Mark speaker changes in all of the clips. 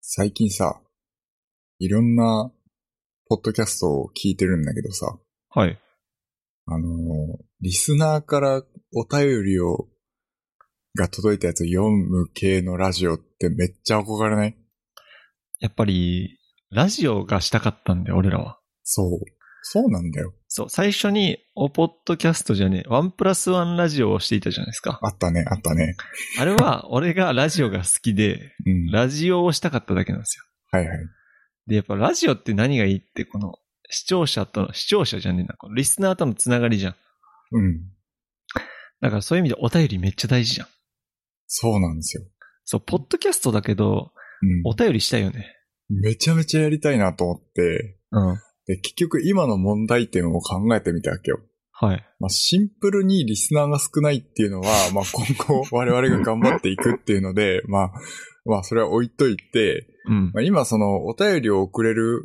Speaker 1: 最近さ、いろんな、ポッドキャストを聞いてるんだけどさ、
Speaker 2: はい。
Speaker 1: あのーリスナーからお便りを、が届いたやつを読む系のラジオってめっちゃ憧れない
Speaker 2: やっぱり、ラジオがしたかったんで、俺らは。
Speaker 1: そう。そうなんだよ。
Speaker 2: そう、最初に、おポッドキャストじゃねえ、ワンプラスワンラジオをしていたじゃないですか。
Speaker 1: あったね、あったね。
Speaker 2: あれ は、俺がラジオが好きで、
Speaker 1: うん。
Speaker 2: ラジオをしたかっただけなんですよ。
Speaker 1: はいはい。
Speaker 2: で、やっぱラジオって何がいいって、この、視聴者との、視聴者じゃねえな、このリスナーとのつながりじゃん。
Speaker 1: うん。
Speaker 2: だからそういう意味でお便りめっちゃ大事じゃん。
Speaker 1: そうなんですよ。
Speaker 2: そう、ポッドキャストだけど、お便りしたいよね。
Speaker 1: うん。めちゃめちゃやりたいなと思って、
Speaker 2: うん。
Speaker 1: で、結局今の問題点を考えてみたわけよ。
Speaker 2: はい。
Speaker 1: まあ、シンプルにリスナーが少ないっていう のは、まあ、今後我々が頑張っていくっていうので、まあ、まあ、それは置いといて、
Speaker 2: うん
Speaker 1: ま。あ、今そのお便りを送れる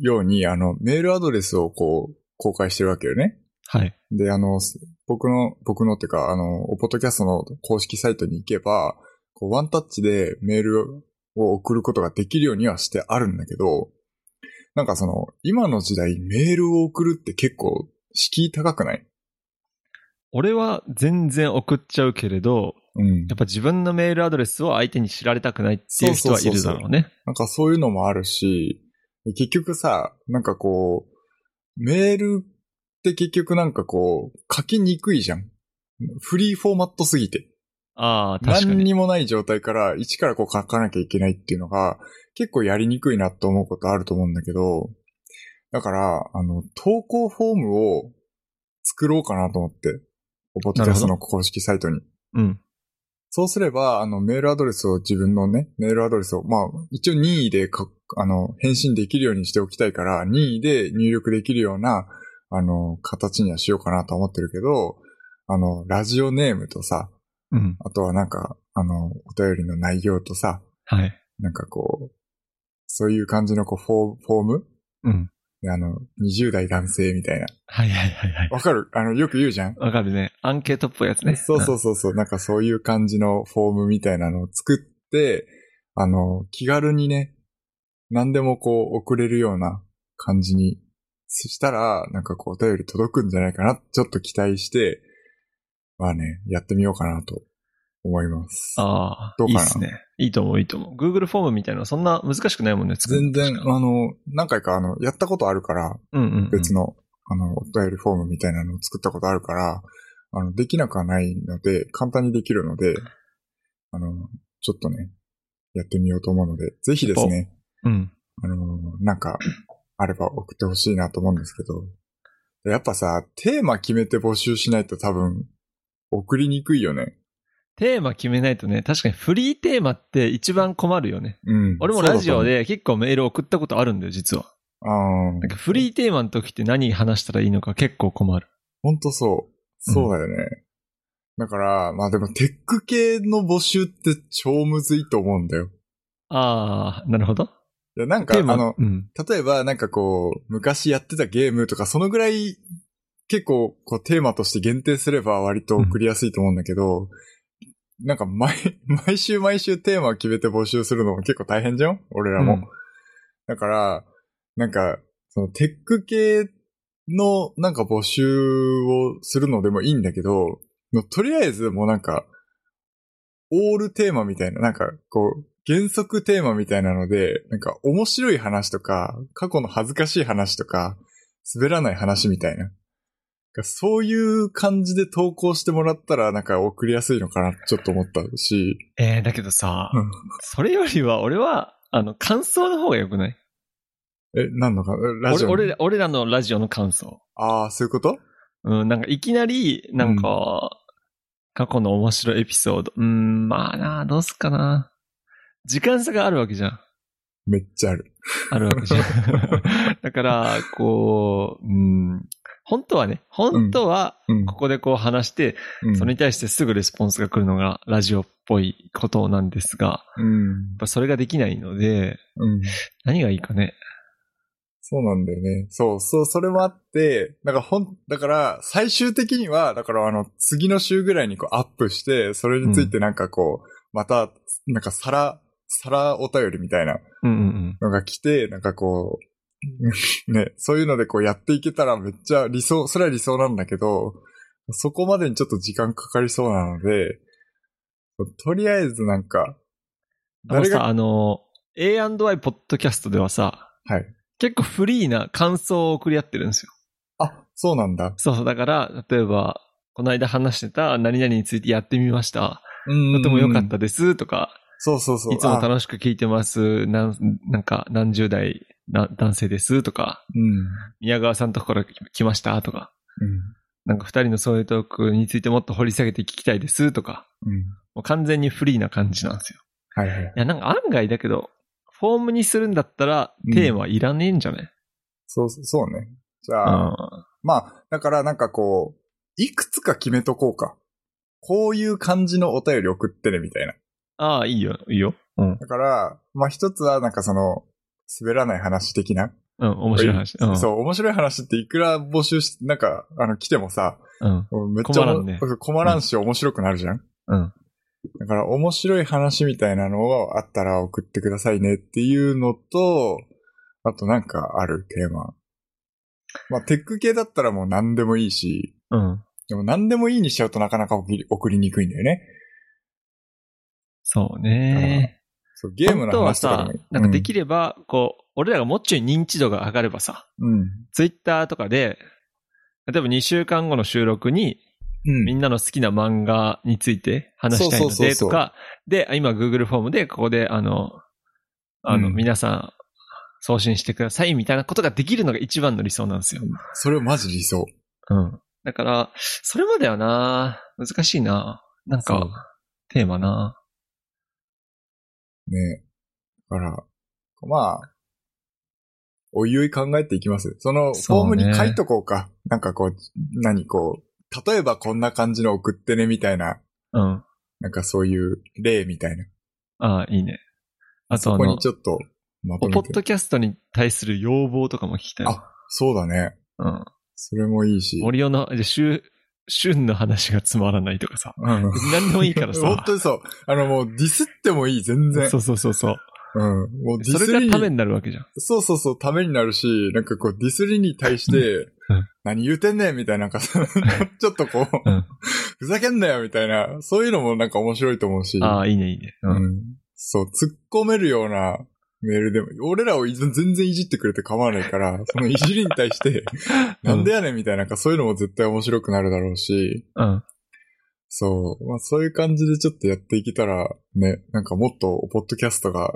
Speaker 1: ように、あの、メールアドレスをこう、公開してるわけよね。
Speaker 2: はい。
Speaker 1: で、あの、す僕の、僕のっていうか、あの、おポッドキャストの公式サイトに行けば、こう、ワンタッチでメールを送ることができるようにはしてあるんだけど、なんかその、今の時代メールを送るって結構、敷居高くない
Speaker 2: 俺は全然送っちゃうけれど、
Speaker 1: うん
Speaker 2: やっぱ自分のメールアドレスを相手に知られたくないっていう人はいるだろうね。
Speaker 1: なんかそういうのもあるし、結局さ、なんかこう、メールって結局なんかこう、書きにくいじゃん。フリーフォーマットすぎて。
Speaker 2: ああ、確か
Speaker 1: 何
Speaker 2: に。
Speaker 1: にもない状態から、一からこう書かなきゃいけないっていうのが、結構やりにくいなと思うことあると思うんだけど、だから、あの、投稿フォームを作ろうかなと思って、ポッドキャストの公式サイトに。
Speaker 2: うん。
Speaker 1: そうすれば、あの、メールアドレスを自分のね、メールアドレスを、まあ、一応任意でか、あの、返信できるようにしておきたいから、任意で入力できるような、あの、形にはしようかなと思ってるけど、あの、ラジオネームとさ、
Speaker 2: うん。
Speaker 1: あとはなんか、あの、お便りの内容とさ、
Speaker 2: はい。
Speaker 1: なんかこう、そういう感じのこう、フォーフォーム
Speaker 2: うん。
Speaker 1: であの、20代男性みたいな。
Speaker 2: はいはいはいはい。
Speaker 1: わかるあの、よく言うじゃん
Speaker 2: わかるね。アンケートっぽいやつね。
Speaker 1: そうそうそうそう、なんかそういう感じのフォームみたいなのを作って、あの、気軽にね、何でもこう送れるような感じにしたら、なんかこうお便り届くんじゃないかな、ちょっと期待して、まあね、やってみようかなと思います
Speaker 2: うん。。ああ
Speaker 1: どう、
Speaker 2: い
Speaker 1: か
Speaker 2: い
Speaker 1: な
Speaker 2: っすね。いいと思う、いいと思う。Google フォームみたいなのそんな難しくないもんね、作るの
Speaker 1: 全然、
Speaker 2: 確か
Speaker 1: あの、何回かあの、やったことあるから、
Speaker 2: うんうんうん。
Speaker 1: 別の、あの、お便りフォームみたいなのを作ったことあるから、あの、できなくはないので、簡単にできるので、あの、ちょっとね、やってみようと思うので、ぜひですね、
Speaker 2: うん。
Speaker 1: あの、なんか、あれば送ってほしいなと思うんですけど、やっぱさ、テーマ決めて募集しないと多分、送りにくいよね。
Speaker 2: テーマ決めないとね、確かにフリーテーマって一番困るよね。
Speaker 1: うん。
Speaker 2: 俺もラジオで結構メール送ったことあるんだよ、実は。
Speaker 1: そうだと思う。あ
Speaker 2: なん
Speaker 1: あ、
Speaker 2: かフリーテーマの時って何話したらいいのか結構困る。
Speaker 1: ほんとそう。そうだよね。だから、まあでも、テック系の募集って超むずいと思うんだよ。
Speaker 2: ああ、なるほど。
Speaker 1: いや、なんか、
Speaker 2: テ
Speaker 1: あ
Speaker 2: ーマ、
Speaker 1: の、
Speaker 2: うん。
Speaker 1: 例えば、なんかこう、昔やってたゲームとか、そのぐらい、結構、こう、テーマとして限定すれば割と送りやすいと思うんだけど、なんか、毎、毎週毎週テーマを決めて募集するのも結構大変じゃん俺らも。
Speaker 2: うん
Speaker 1: だから、なんか、その、テック系の、なんか募集をするのでもいいんだけど、もうとりあえず、もうなんか、オールテーマみたいな、なんか、こう、原則テーマみたいなので、なんか面白い話とか、過去の恥ずかしい話とか、滑らない話みたいな。そういう感じで投稿してもらったら、なんか送りやすいのかな、ちょっと思ったし。
Speaker 2: えー、だけどさ、
Speaker 1: うん
Speaker 2: それよりは俺は、あの、感想の方が良くない
Speaker 1: え、なんのか、ラジオの
Speaker 2: 俺俺ら俺らのラジオの感想。
Speaker 1: ああ、そういうこと
Speaker 2: うん、なんかいきなり、なんか、過去の面白いエピソード。うん、まあな、どうすっかな。時間差があるわけじゃん。
Speaker 1: めっちゃある。
Speaker 2: あるわ けじゃん。だから、こう、うん、本当はね、本当は、
Speaker 1: うん。
Speaker 2: ここでこう話して、
Speaker 1: うん
Speaker 2: それに対してすぐレスポンスが来るのがラジオっぽいことなんですが、や
Speaker 1: うん
Speaker 2: っ。ぱそれができないので、
Speaker 1: うん。
Speaker 2: 何がいいかね。
Speaker 1: そうなんだよね。そう、そう、それもあって、だからほん、だから、最終的には、だからあの、次の週ぐらいにこうアップして、それについてなんかこう、また、なんかさら、皿お便りみたいな
Speaker 2: うんうん
Speaker 1: のが来て、なんかこう、 ね、そういうのでこうやっていけたらめっちゃ理想、それは理想なんだけど、そこまでにちょっと時間かかりそうなので、とりあえずなんか、
Speaker 2: うん。あの
Speaker 1: 誰
Speaker 2: さ、
Speaker 1: が、
Speaker 2: あの、A&Y ポッドキャストではさ、
Speaker 1: はい。
Speaker 2: 結構フリーな感想を送り合ってるんですよ。
Speaker 1: あ、そうなんだ。
Speaker 2: そうそう、だから、例えば、この間話してた何々についてやってみました。
Speaker 1: うん
Speaker 2: とても良かった。ですとか、
Speaker 1: そうそうそう。
Speaker 2: いつも
Speaker 1: あ
Speaker 2: 楽しく聞いてます。なん、なんか、何十代な男性ですとか、
Speaker 1: うん。
Speaker 2: 宮川さんとこから来ましたとか、
Speaker 1: うん。
Speaker 2: なんか二人のそういうトークについてもっと掘り下げて聞きたいですとか、
Speaker 1: うん。
Speaker 2: もう完全にフリーな感じなんですよ。
Speaker 1: はいはい。
Speaker 2: いや、なんか案外だけど、フォームにするんだったら
Speaker 1: うん
Speaker 2: テーマいらねえんじゃね、
Speaker 1: そうそうそうね。じゃ
Speaker 2: う
Speaker 1: あ、
Speaker 2: ん、
Speaker 1: まあ、だからなんかこう、いくつか決めとこうか。こういう感じのお便り送ってね、みたいな。
Speaker 2: ああ、いいよ、いいよ。うん。
Speaker 1: だから、まあ一つはなんかその、滑らない話的な。
Speaker 2: うん、面白い話。うん。
Speaker 1: そう、面白い話っていくら募集し、なんか、あの、来てもさ、
Speaker 2: うん。
Speaker 1: めっちゃ
Speaker 2: 困らんね
Speaker 1: 困らんし、面白くなるじゃん。
Speaker 2: うん。
Speaker 1: だから、面白い話みたいなのがあったら送ってくださいねっていうのと、あとなんかあるテーマ。まあ、テック系だったらもう何でもいいし、
Speaker 2: うん。
Speaker 1: でも何でもいいにしちゃうとなかなか送り送りにくいんだよね。
Speaker 2: そうね。
Speaker 1: そうゲーム
Speaker 2: 本
Speaker 1: の
Speaker 2: 当は
Speaker 1: 話とか
Speaker 2: さ
Speaker 1: でもいい、
Speaker 2: なんかできれば、こう、俺らがもうちょい認知度が上がればさ、
Speaker 1: うん。
Speaker 2: ツイッターとかで、例えば2週間後の収録に、
Speaker 1: うん。
Speaker 2: みんなの好きな漫画について話したい
Speaker 1: そう
Speaker 2: の
Speaker 1: そうそう
Speaker 2: で
Speaker 1: そう
Speaker 2: とか、で、今 Google フォームでここであの、あの、
Speaker 1: うん
Speaker 2: 皆さん送信してくださいみたいなことができるのが一番の理想なんですよ。
Speaker 1: それマジ理想。
Speaker 2: うん。だから、それまではな、難しいな。なん
Speaker 1: そう
Speaker 2: か、テーマな。
Speaker 1: ねだから、まあ、おいおい考えていきます。その、フォーム
Speaker 2: そうね
Speaker 1: に書いとこうか。なんかこう、何こう、例えばこんな感じの送ってねみたいな、
Speaker 2: うん。
Speaker 1: なんかそういう例みたいな。
Speaker 2: ああ、いいね。あと
Speaker 1: そ
Speaker 2: あ
Speaker 1: こ
Speaker 2: の
Speaker 1: に、ちょっと、まと
Speaker 2: ポ
Speaker 1: め
Speaker 2: ッ
Speaker 1: て。
Speaker 2: ドキャストに対する要望とかも聞きたい。
Speaker 1: あそうだね。
Speaker 2: うん。
Speaker 1: それもいいし。
Speaker 2: 森尾の、じゃあ、シュ、シュンの話がつまらないと かさ。
Speaker 1: うん。
Speaker 2: 何でもいいからさ。
Speaker 1: 本当にそう。あの、もうディスってもいい、全然。
Speaker 2: そうそうそうそう。
Speaker 1: うん。もうディ
Speaker 2: そ
Speaker 1: ス
Speaker 2: れ
Speaker 1: り
Speaker 2: がため
Speaker 1: に、
Speaker 2: になるわけじゃん。
Speaker 1: そうそうそう、ためになるし、なんかこう、ディスりに対して
Speaker 2: うん、
Speaker 1: 何言うてんねんみたいな、なんか、ちょっとこう、
Speaker 2: うん
Speaker 1: ふざけんなよみたいな、そういうのもなんか面白いと思うし、
Speaker 2: ああ、いいね、いいね。う。
Speaker 1: うんん、そう、突っ込めるようなメールでも、俺らをいず全然いじってくれて構わないから、そのいじりに対 して、なんでやねんみたいな、なんかそういうのも絶対面白くなるだろうし、
Speaker 2: うん。
Speaker 1: そう、まあそういう感じでちょっとやっていけたら、ね、なんかもっと、ポッドキャストが、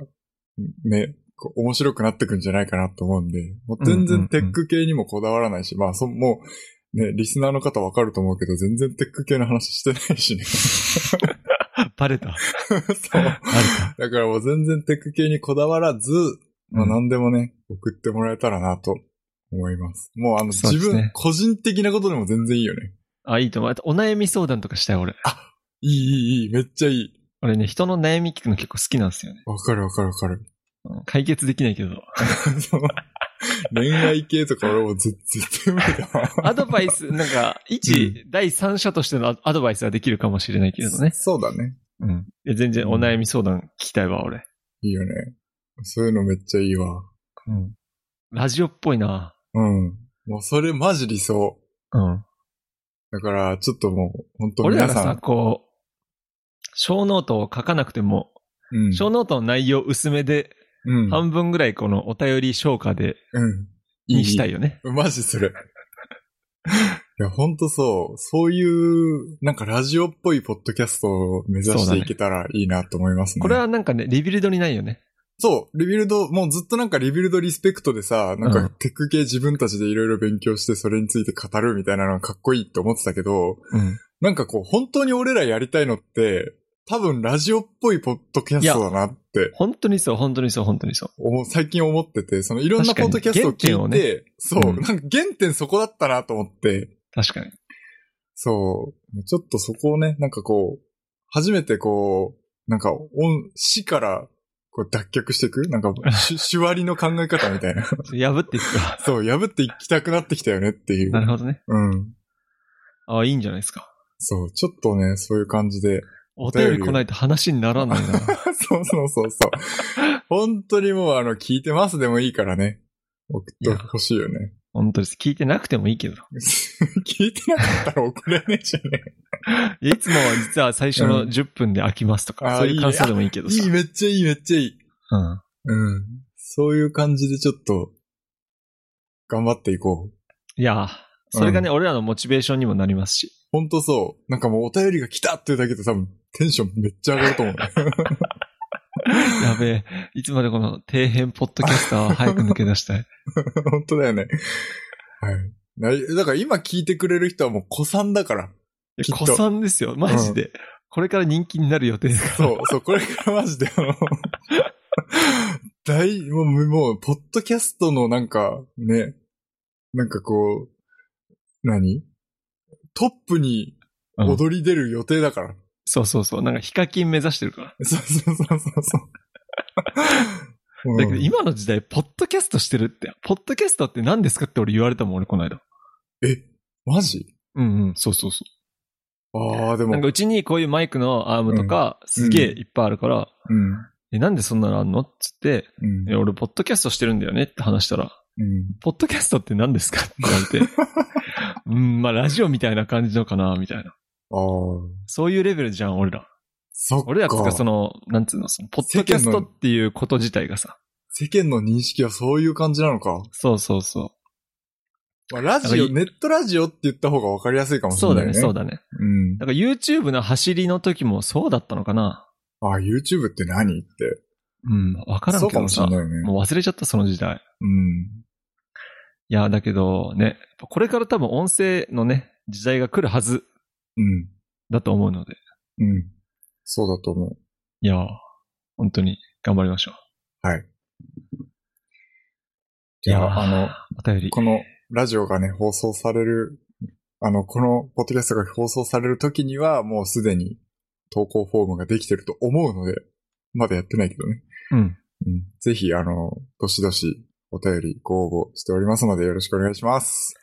Speaker 1: ね、こう面白くなってくんじゃないかなと思うんで、もう全
Speaker 2: うんうんう
Speaker 1: 然
Speaker 2: ん
Speaker 1: テック系にもこだわらないし、まあそ、もう、ね、リスナーの方わかると思うけど、全然テック系の話してないしね。 そう。
Speaker 2: バレた。バレた。
Speaker 1: だからもう全然テック系にこだわらず、まあ
Speaker 2: うん
Speaker 1: 何でもね、送ってもらえたらなと思います。もうあの、
Speaker 2: そう
Speaker 1: 自
Speaker 2: ですね
Speaker 1: 分、個人的なことでも全然いいよね。
Speaker 2: あ、いいと思う。あとお悩み相談とかしたい、俺。
Speaker 1: いい、いい、いい、めっちゃいい。
Speaker 2: 俺ね、人の悩み聞くの結構好きなんですよね。
Speaker 1: わかるわかるわかる。
Speaker 2: うん解決できないけど。
Speaker 1: そう恋愛系とか俺も絶絶対無理だわ。
Speaker 2: アドバイス、 なんか、一、第三者としてのアドバイスはできるかもしれないけれどね。
Speaker 1: そうだね。
Speaker 2: うん。いや全然お悩み相談聞きたいわ、俺。
Speaker 1: いいよね。そういうのめっちゃいいわ。
Speaker 2: うん。ラジオっぽいな。
Speaker 1: うん。もうそれマジ理想。
Speaker 2: うん。
Speaker 1: だから、ちょっともう、本当
Speaker 2: 俺ら
Speaker 1: 皆
Speaker 2: が
Speaker 1: さ
Speaker 2: さ、
Speaker 1: ん。
Speaker 2: こう、小ノートを書かなくても、
Speaker 1: うん。
Speaker 2: 小ノートの内容薄めで、
Speaker 1: うん。
Speaker 2: 半分ぐらいこのお便り消化で、
Speaker 1: うん。
Speaker 2: にしたいよね。
Speaker 1: マジそれ。 いや、ほんとそう。そういう、なんかラジオっぽいポッドキャストを目指していけたらいいなと思いますね。
Speaker 2: これはなんかね、リビルドにないよね。
Speaker 1: そう、リビルド、もうずっとなんかリビルドリスペクトでさ、なん
Speaker 2: うん
Speaker 1: かテック系自分たちでいろいろ勉強してそれについて語るみたいなのがかっこいいって思ってたけど、
Speaker 2: うん。
Speaker 1: なんかこう、本当に俺らやりたいのって、多分ラジオっぽいポッドキャストだなって
Speaker 2: 本当にそう、本当にそう、本当にそう。
Speaker 1: 思う、最近思ってて、そのいろんな
Speaker 2: 確か
Speaker 1: ポッ
Speaker 2: に
Speaker 1: ドキャストを聞
Speaker 2: 原点を
Speaker 1: いて、そう、
Speaker 2: うん
Speaker 1: なんか原点そこだったなと思って、
Speaker 2: 確かに。
Speaker 1: そう。ちょっとそこをね、なんかこう、初めてこう、なんか音、死からこう脱却していくなんか、し 手割りの考え方みたいな。。
Speaker 2: 破っていくか
Speaker 1: そう、破っていきたくなってきたよねってい
Speaker 2: なる
Speaker 1: う。
Speaker 2: ほどね。
Speaker 1: うん。
Speaker 2: ああ、いいんじゃないですか。
Speaker 1: そう、ちょっとね、そういう感じで。
Speaker 2: お便り来ないと話にならないな。
Speaker 1: そうそうそうそう。本当にもう、あの、聞いてますでもいいからね。送ってほしいよね。
Speaker 2: 本当です。聞いてなくてもいいけど。
Speaker 1: 聞いてなかったら送れねえじゃ ね
Speaker 2: いやいつもは実は最初の
Speaker 1: うん
Speaker 2: 10分で飽きますとか、
Speaker 1: あー
Speaker 2: そういう感想でもいいけど
Speaker 1: え。
Speaker 2: さ。
Speaker 1: いい、めっちゃいい、めっちゃいい。
Speaker 2: うん。
Speaker 1: うん。そういう感じでちょっと、頑張っていこう。
Speaker 2: いやー、それがね、俺らのモチベーションにもなりますし。
Speaker 1: ほんとそう。なんかもうお便りが来たっていうだけで多分テンションめっちゃ上がると思う。
Speaker 2: やべえ、いつまでこの底辺ポッドキャスターは早く抜け出した い。
Speaker 1: 本当だよね。はい。なだから今聞いてくれる人はもう子さんだから。きっと
Speaker 2: 子さんですよ、マジで。これから人気になる予定ですから。
Speaker 1: そう、そう、これからマジであの、大、もう、もう、ポッドキャストのなんか、ね、なんかこう、何トップに
Speaker 2: うん
Speaker 1: 踊り出る予定だから。
Speaker 2: そうそうそう。なんかヒカキン目指してるから。
Speaker 1: そうそうそうそうそう。
Speaker 2: だけど
Speaker 1: うん
Speaker 2: 今の時代、ポッドキャストしてるって、ポッドキャストって何ですかって俺言われたもん、俺この間。
Speaker 1: え、マジ
Speaker 2: うんうん、そうそうそ
Speaker 1: ああ、で
Speaker 2: う。
Speaker 1: も、
Speaker 2: なんかうちにこういうマイクのアームとか、すげえいっぱいあるから、
Speaker 1: うん、
Speaker 2: え、なんでそんなのあんのっつって、
Speaker 1: うん
Speaker 2: え、俺、ポッドキャストしてるんだよねって話したら、
Speaker 1: うん。
Speaker 2: ポッドキャストって何ですかって 言われて、うん、まあ、ラジオみたいな感じのかな、みたい
Speaker 1: あ
Speaker 2: な。
Speaker 1: あ、
Speaker 2: そういうレベルじゃん、俺ら。
Speaker 1: そっか。
Speaker 2: 俺らつうか、その、なんつうの、その、ポッドキャストっていうこと自体がさ、
Speaker 1: 世間の認識はそういう感じなのか。
Speaker 2: そうそうそ
Speaker 1: まあ、ラジオ、ネットラジオって言った方が分かりやすいか
Speaker 2: う。
Speaker 1: もし
Speaker 2: そ
Speaker 1: れ
Speaker 2: う
Speaker 1: な
Speaker 2: だ
Speaker 1: い、
Speaker 2: ね、
Speaker 1: ね。
Speaker 2: そう
Speaker 1: だ。
Speaker 2: だね。
Speaker 1: うん。
Speaker 2: だから YouTube の走りの時もそうだったのかな
Speaker 1: あ、YouTube って何って。
Speaker 2: うん、わからん
Speaker 1: そう
Speaker 2: け
Speaker 1: か
Speaker 2: ど
Speaker 1: もし
Speaker 2: さ、
Speaker 1: れない
Speaker 2: も
Speaker 1: よね。
Speaker 2: う忘れちゃった、その時代。
Speaker 1: うん。
Speaker 2: いや、だけどね、これから多分音声のね、時代が来るはず
Speaker 1: うん。
Speaker 2: だと思うので、
Speaker 1: うん。そうだと思う。
Speaker 2: いや、本当に頑張りましょう。
Speaker 1: はい。じゃ
Speaker 2: いやー
Speaker 1: あ、あの、、
Speaker 2: お便り。
Speaker 1: このラジオがね、放送される、あの、このポッドキャストが放送される時には、もうすでに投稿フォームができてると思うので、まだやってないけどね。
Speaker 2: うん。
Speaker 1: うん。ぜひ、あの、どしどしお便りご応募しておりますので、よろしくお願いします。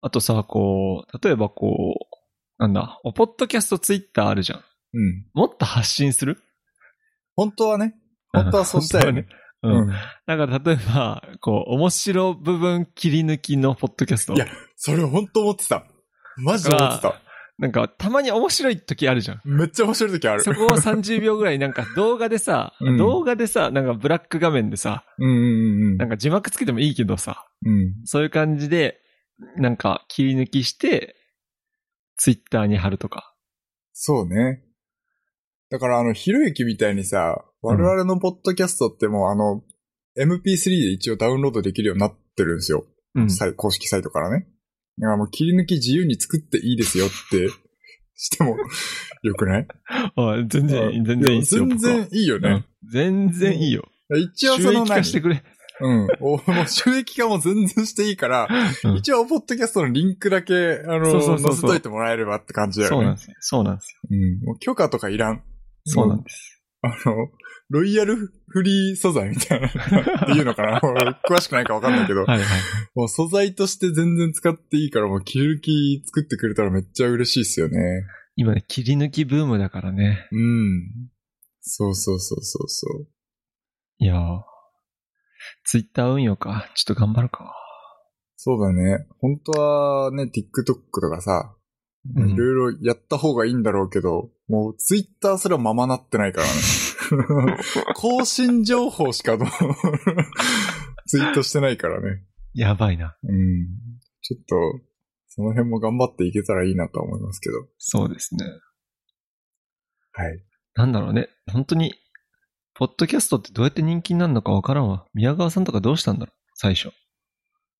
Speaker 2: あとさ、こう、例えばこう、なんだ、おポッドキャストツイッターあるじゃん。
Speaker 1: うん。
Speaker 2: もっと発信する
Speaker 1: 本当はね、本当はそうしたいよね。
Speaker 2: 本当はね。うん。だから例えば、こう、面白部分切り抜きのポッドキャスト。
Speaker 1: いやそれ本当思ってた。マジで思って
Speaker 2: だか
Speaker 1: た。
Speaker 2: なんか、たまに面白い時あるじゃん。
Speaker 1: めっちゃ面白い時ある。
Speaker 2: そこを30秒ぐらいなんか動画でさ、
Speaker 1: うん
Speaker 2: 動画でさ、なんかブラック画面でさ、
Speaker 1: うんうんうん
Speaker 2: なんか字幕つけてもいいけどさ、
Speaker 1: うん。うん。
Speaker 2: そういう感じで、なんか切り抜きして、ツイッターに貼るとか。
Speaker 1: そうね。だからあの、ひろゆきみたいにさ、我々のポッドキャストってもうあの、MP3 で一応ダウンロードできるようになってるんですよ。
Speaker 2: うん。
Speaker 1: サイ公式サイトからね。だからもう切り抜き自由に作っていいですよ ってしてもよくない
Speaker 2: おい全然いい、全然いいですよ。
Speaker 1: 全
Speaker 2: 僕は
Speaker 1: 然いいよね。
Speaker 2: 全然いいよ。
Speaker 1: 一応そ
Speaker 2: 収
Speaker 1: の
Speaker 2: 益化して
Speaker 1: 何
Speaker 2: くれ。
Speaker 1: うん。 おもう収益化も全然していいから、
Speaker 2: うん
Speaker 1: 一応ポッドキャストのリンクだけ、あの、
Speaker 2: そうそうそうそう
Speaker 1: 載せといてもらえればって感じだよね。
Speaker 2: そうなんですよ。そうなんですよ。
Speaker 1: うん。もう許可とかいらん。
Speaker 2: そうなんです。
Speaker 1: あの、ロイヤルフリー素材みたいな、っていうの かな俺詳しくないかわかんないけど、
Speaker 2: はいはい。
Speaker 1: もう素材として全然使っていいから、もう切り抜き作ってくれたらめっちゃ嬉しいっすよね。
Speaker 2: 今ね、切り抜きブームだからね。
Speaker 1: うん。そうそうそうそうそう。
Speaker 2: いやー。ツイッター運用か。ちょっと頑張るか。
Speaker 1: そうだね。本当はね、TikTok とかさ、
Speaker 2: うん
Speaker 1: いろいろやった方がいいんだろうけど、もう Twitter すらままなってないからね。更新情報しかもう ツイートしてないからね。
Speaker 2: やばいな。
Speaker 1: うん。ちょっと、その辺も頑張っていけたらいいなとは思いますけど。
Speaker 2: そうですね。
Speaker 1: はい。
Speaker 2: なんだろうね。本当に、ポッドキャストってどうやって人気になるのかわからんわ。宮川さんとかどうしたんだろう最初。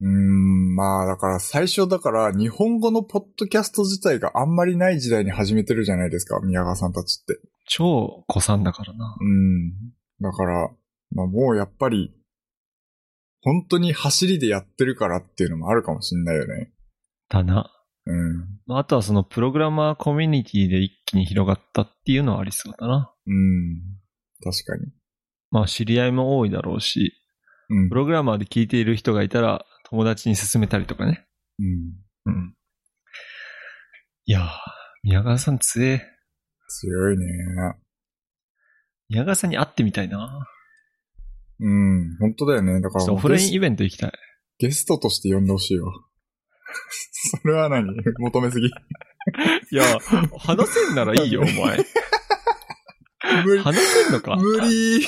Speaker 1: うーん、まあだから最初だから日本語のポッドキャスト自体があんまりない時代に始めてるじゃないですか、宮川さんたちって。
Speaker 2: 超子さんだからな。
Speaker 1: うん。だから、まあもうやっぱり、本当に走りでやってるからっていうのもあるかもしんないよね。
Speaker 2: だな。
Speaker 1: うん。
Speaker 2: まあ、あとはそのプログラマーコミュニティで一気に広がったっていうのはありそうだな。
Speaker 1: うん。確かに。
Speaker 2: まあ知り合いも多いだろうし、
Speaker 1: うん
Speaker 2: プ。ログラマーで聞いている人がいたら友達に勧めたりとかね。
Speaker 1: うん。
Speaker 2: うん。いやー、宮川さん強え。
Speaker 1: 強いね。
Speaker 2: 矢川さんに会ってみたいな。
Speaker 1: うん、本当だよね。だ
Speaker 2: ち
Speaker 1: か
Speaker 2: ょっ
Speaker 1: ら
Speaker 2: とオフライン
Speaker 1: ゲス
Speaker 2: イベント行きたい。
Speaker 1: ゲストとして呼んでほしいわ。 それは何求めす ぎ。
Speaker 2: いや、話せんならいい よ、お前。
Speaker 1: 無理。
Speaker 2: 話せんのか
Speaker 1: 無理。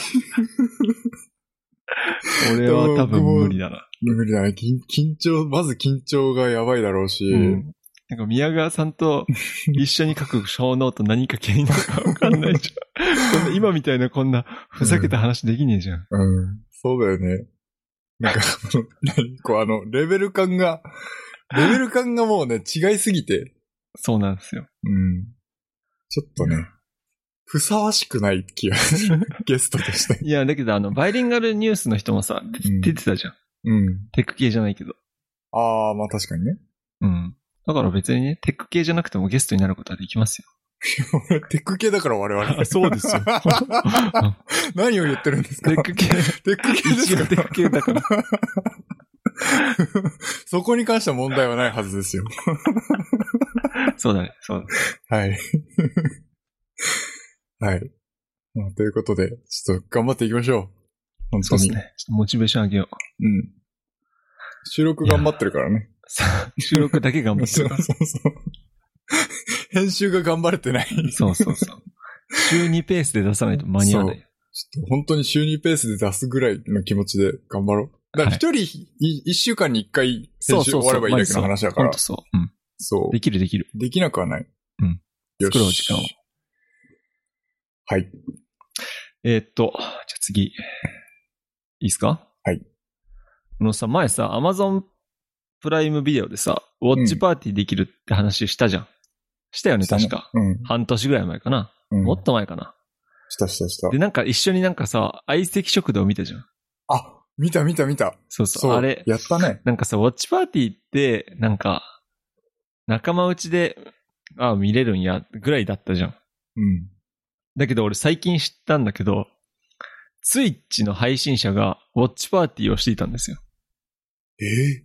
Speaker 2: 俺は多分無理だな。
Speaker 1: 無理だね。緊緊張、まず緊張がやばいだろうし。
Speaker 2: うんなんか宮川さんと一緒に書く小ノート何書けばいいのか わかんないじゃん。こんな今みたいなこんなふざけた話できねえじゃん。
Speaker 1: うん。そうだよね。なんか、 この何こうあの、レベル感が、レベル感がもうね、違いすぎて。
Speaker 2: そうなんですよ。
Speaker 1: うん。ちょっとね、ふさわしくない気がす る。ゲストとして。
Speaker 2: いや、だけどあの、バイリンガルニュースの人もさ、で
Speaker 1: うん
Speaker 2: 出てたじゃん。
Speaker 1: うん。
Speaker 2: テック系じゃないけど。
Speaker 1: ああ、まあ確かにね。
Speaker 2: うん。だから別にね、テック系じゃなくてもゲストになることはできますよ。
Speaker 1: 俺テック系だから我々。
Speaker 2: そうですよ
Speaker 1: 何を言ってるんですか
Speaker 2: テック系、
Speaker 1: テック系です
Speaker 2: 一
Speaker 1: か
Speaker 2: 応テック系だから。
Speaker 1: そこに関しては問題はないはずですよ。
Speaker 2: そうだね、そうだね。
Speaker 1: はい。 はい。まあということで、ちょっと頑張っていきましょう。本
Speaker 2: そ
Speaker 1: 当
Speaker 2: うで
Speaker 1: に。
Speaker 2: すね。ちょっとモチベーション上げよう。
Speaker 1: うん。収録頑張ってるからね。
Speaker 2: さあ収録だけ頑張って
Speaker 1: そう
Speaker 2: るから
Speaker 1: そうそう。編集が頑張れてない。ちょ
Speaker 2: そうそうそう。週2ペースで出さないと間に合わない。
Speaker 1: っと本当に週2ペースで出すぐらいの気持ちで頑張ろう。だから一人い一週間に一回
Speaker 2: そ
Speaker 1: 編
Speaker 2: う
Speaker 1: 集
Speaker 2: そう
Speaker 1: 終
Speaker 2: そう
Speaker 1: わればいいだけの話だから
Speaker 2: 本当。そう。うん。
Speaker 1: そう。
Speaker 2: できるできる。
Speaker 1: できなくはない。
Speaker 2: うん。
Speaker 1: よし。
Speaker 2: 作ろう時間を
Speaker 1: はい。
Speaker 2: えーっと、じゃあ次。いいっすか
Speaker 1: はい。
Speaker 2: あのさ、前さ、Amazon プライムビデオでさ、ウォッチパーティーできるって話したじゃん。したよね、
Speaker 1: したね
Speaker 2: 確か。
Speaker 1: うん。
Speaker 2: 半年ぐらい前かな。
Speaker 1: うん、
Speaker 2: もっと前かな。
Speaker 1: したしたした
Speaker 2: で、。なんか一緒になんかさ、相席食堂見たじゃん。
Speaker 1: あ、見た見た見た。
Speaker 2: そうそう。あれ、
Speaker 1: やったね。
Speaker 2: なんかさ、ウォッチパーティーって、なんか、仲間内で、ああ、見れるんや、ぐらいだったじゃん。
Speaker 1: うん。
Speaker 2: だけど俺最近知ったんだけど、ツイッチの配信者がウォッチパーティーをしていたんですよ。
Speaker 1: え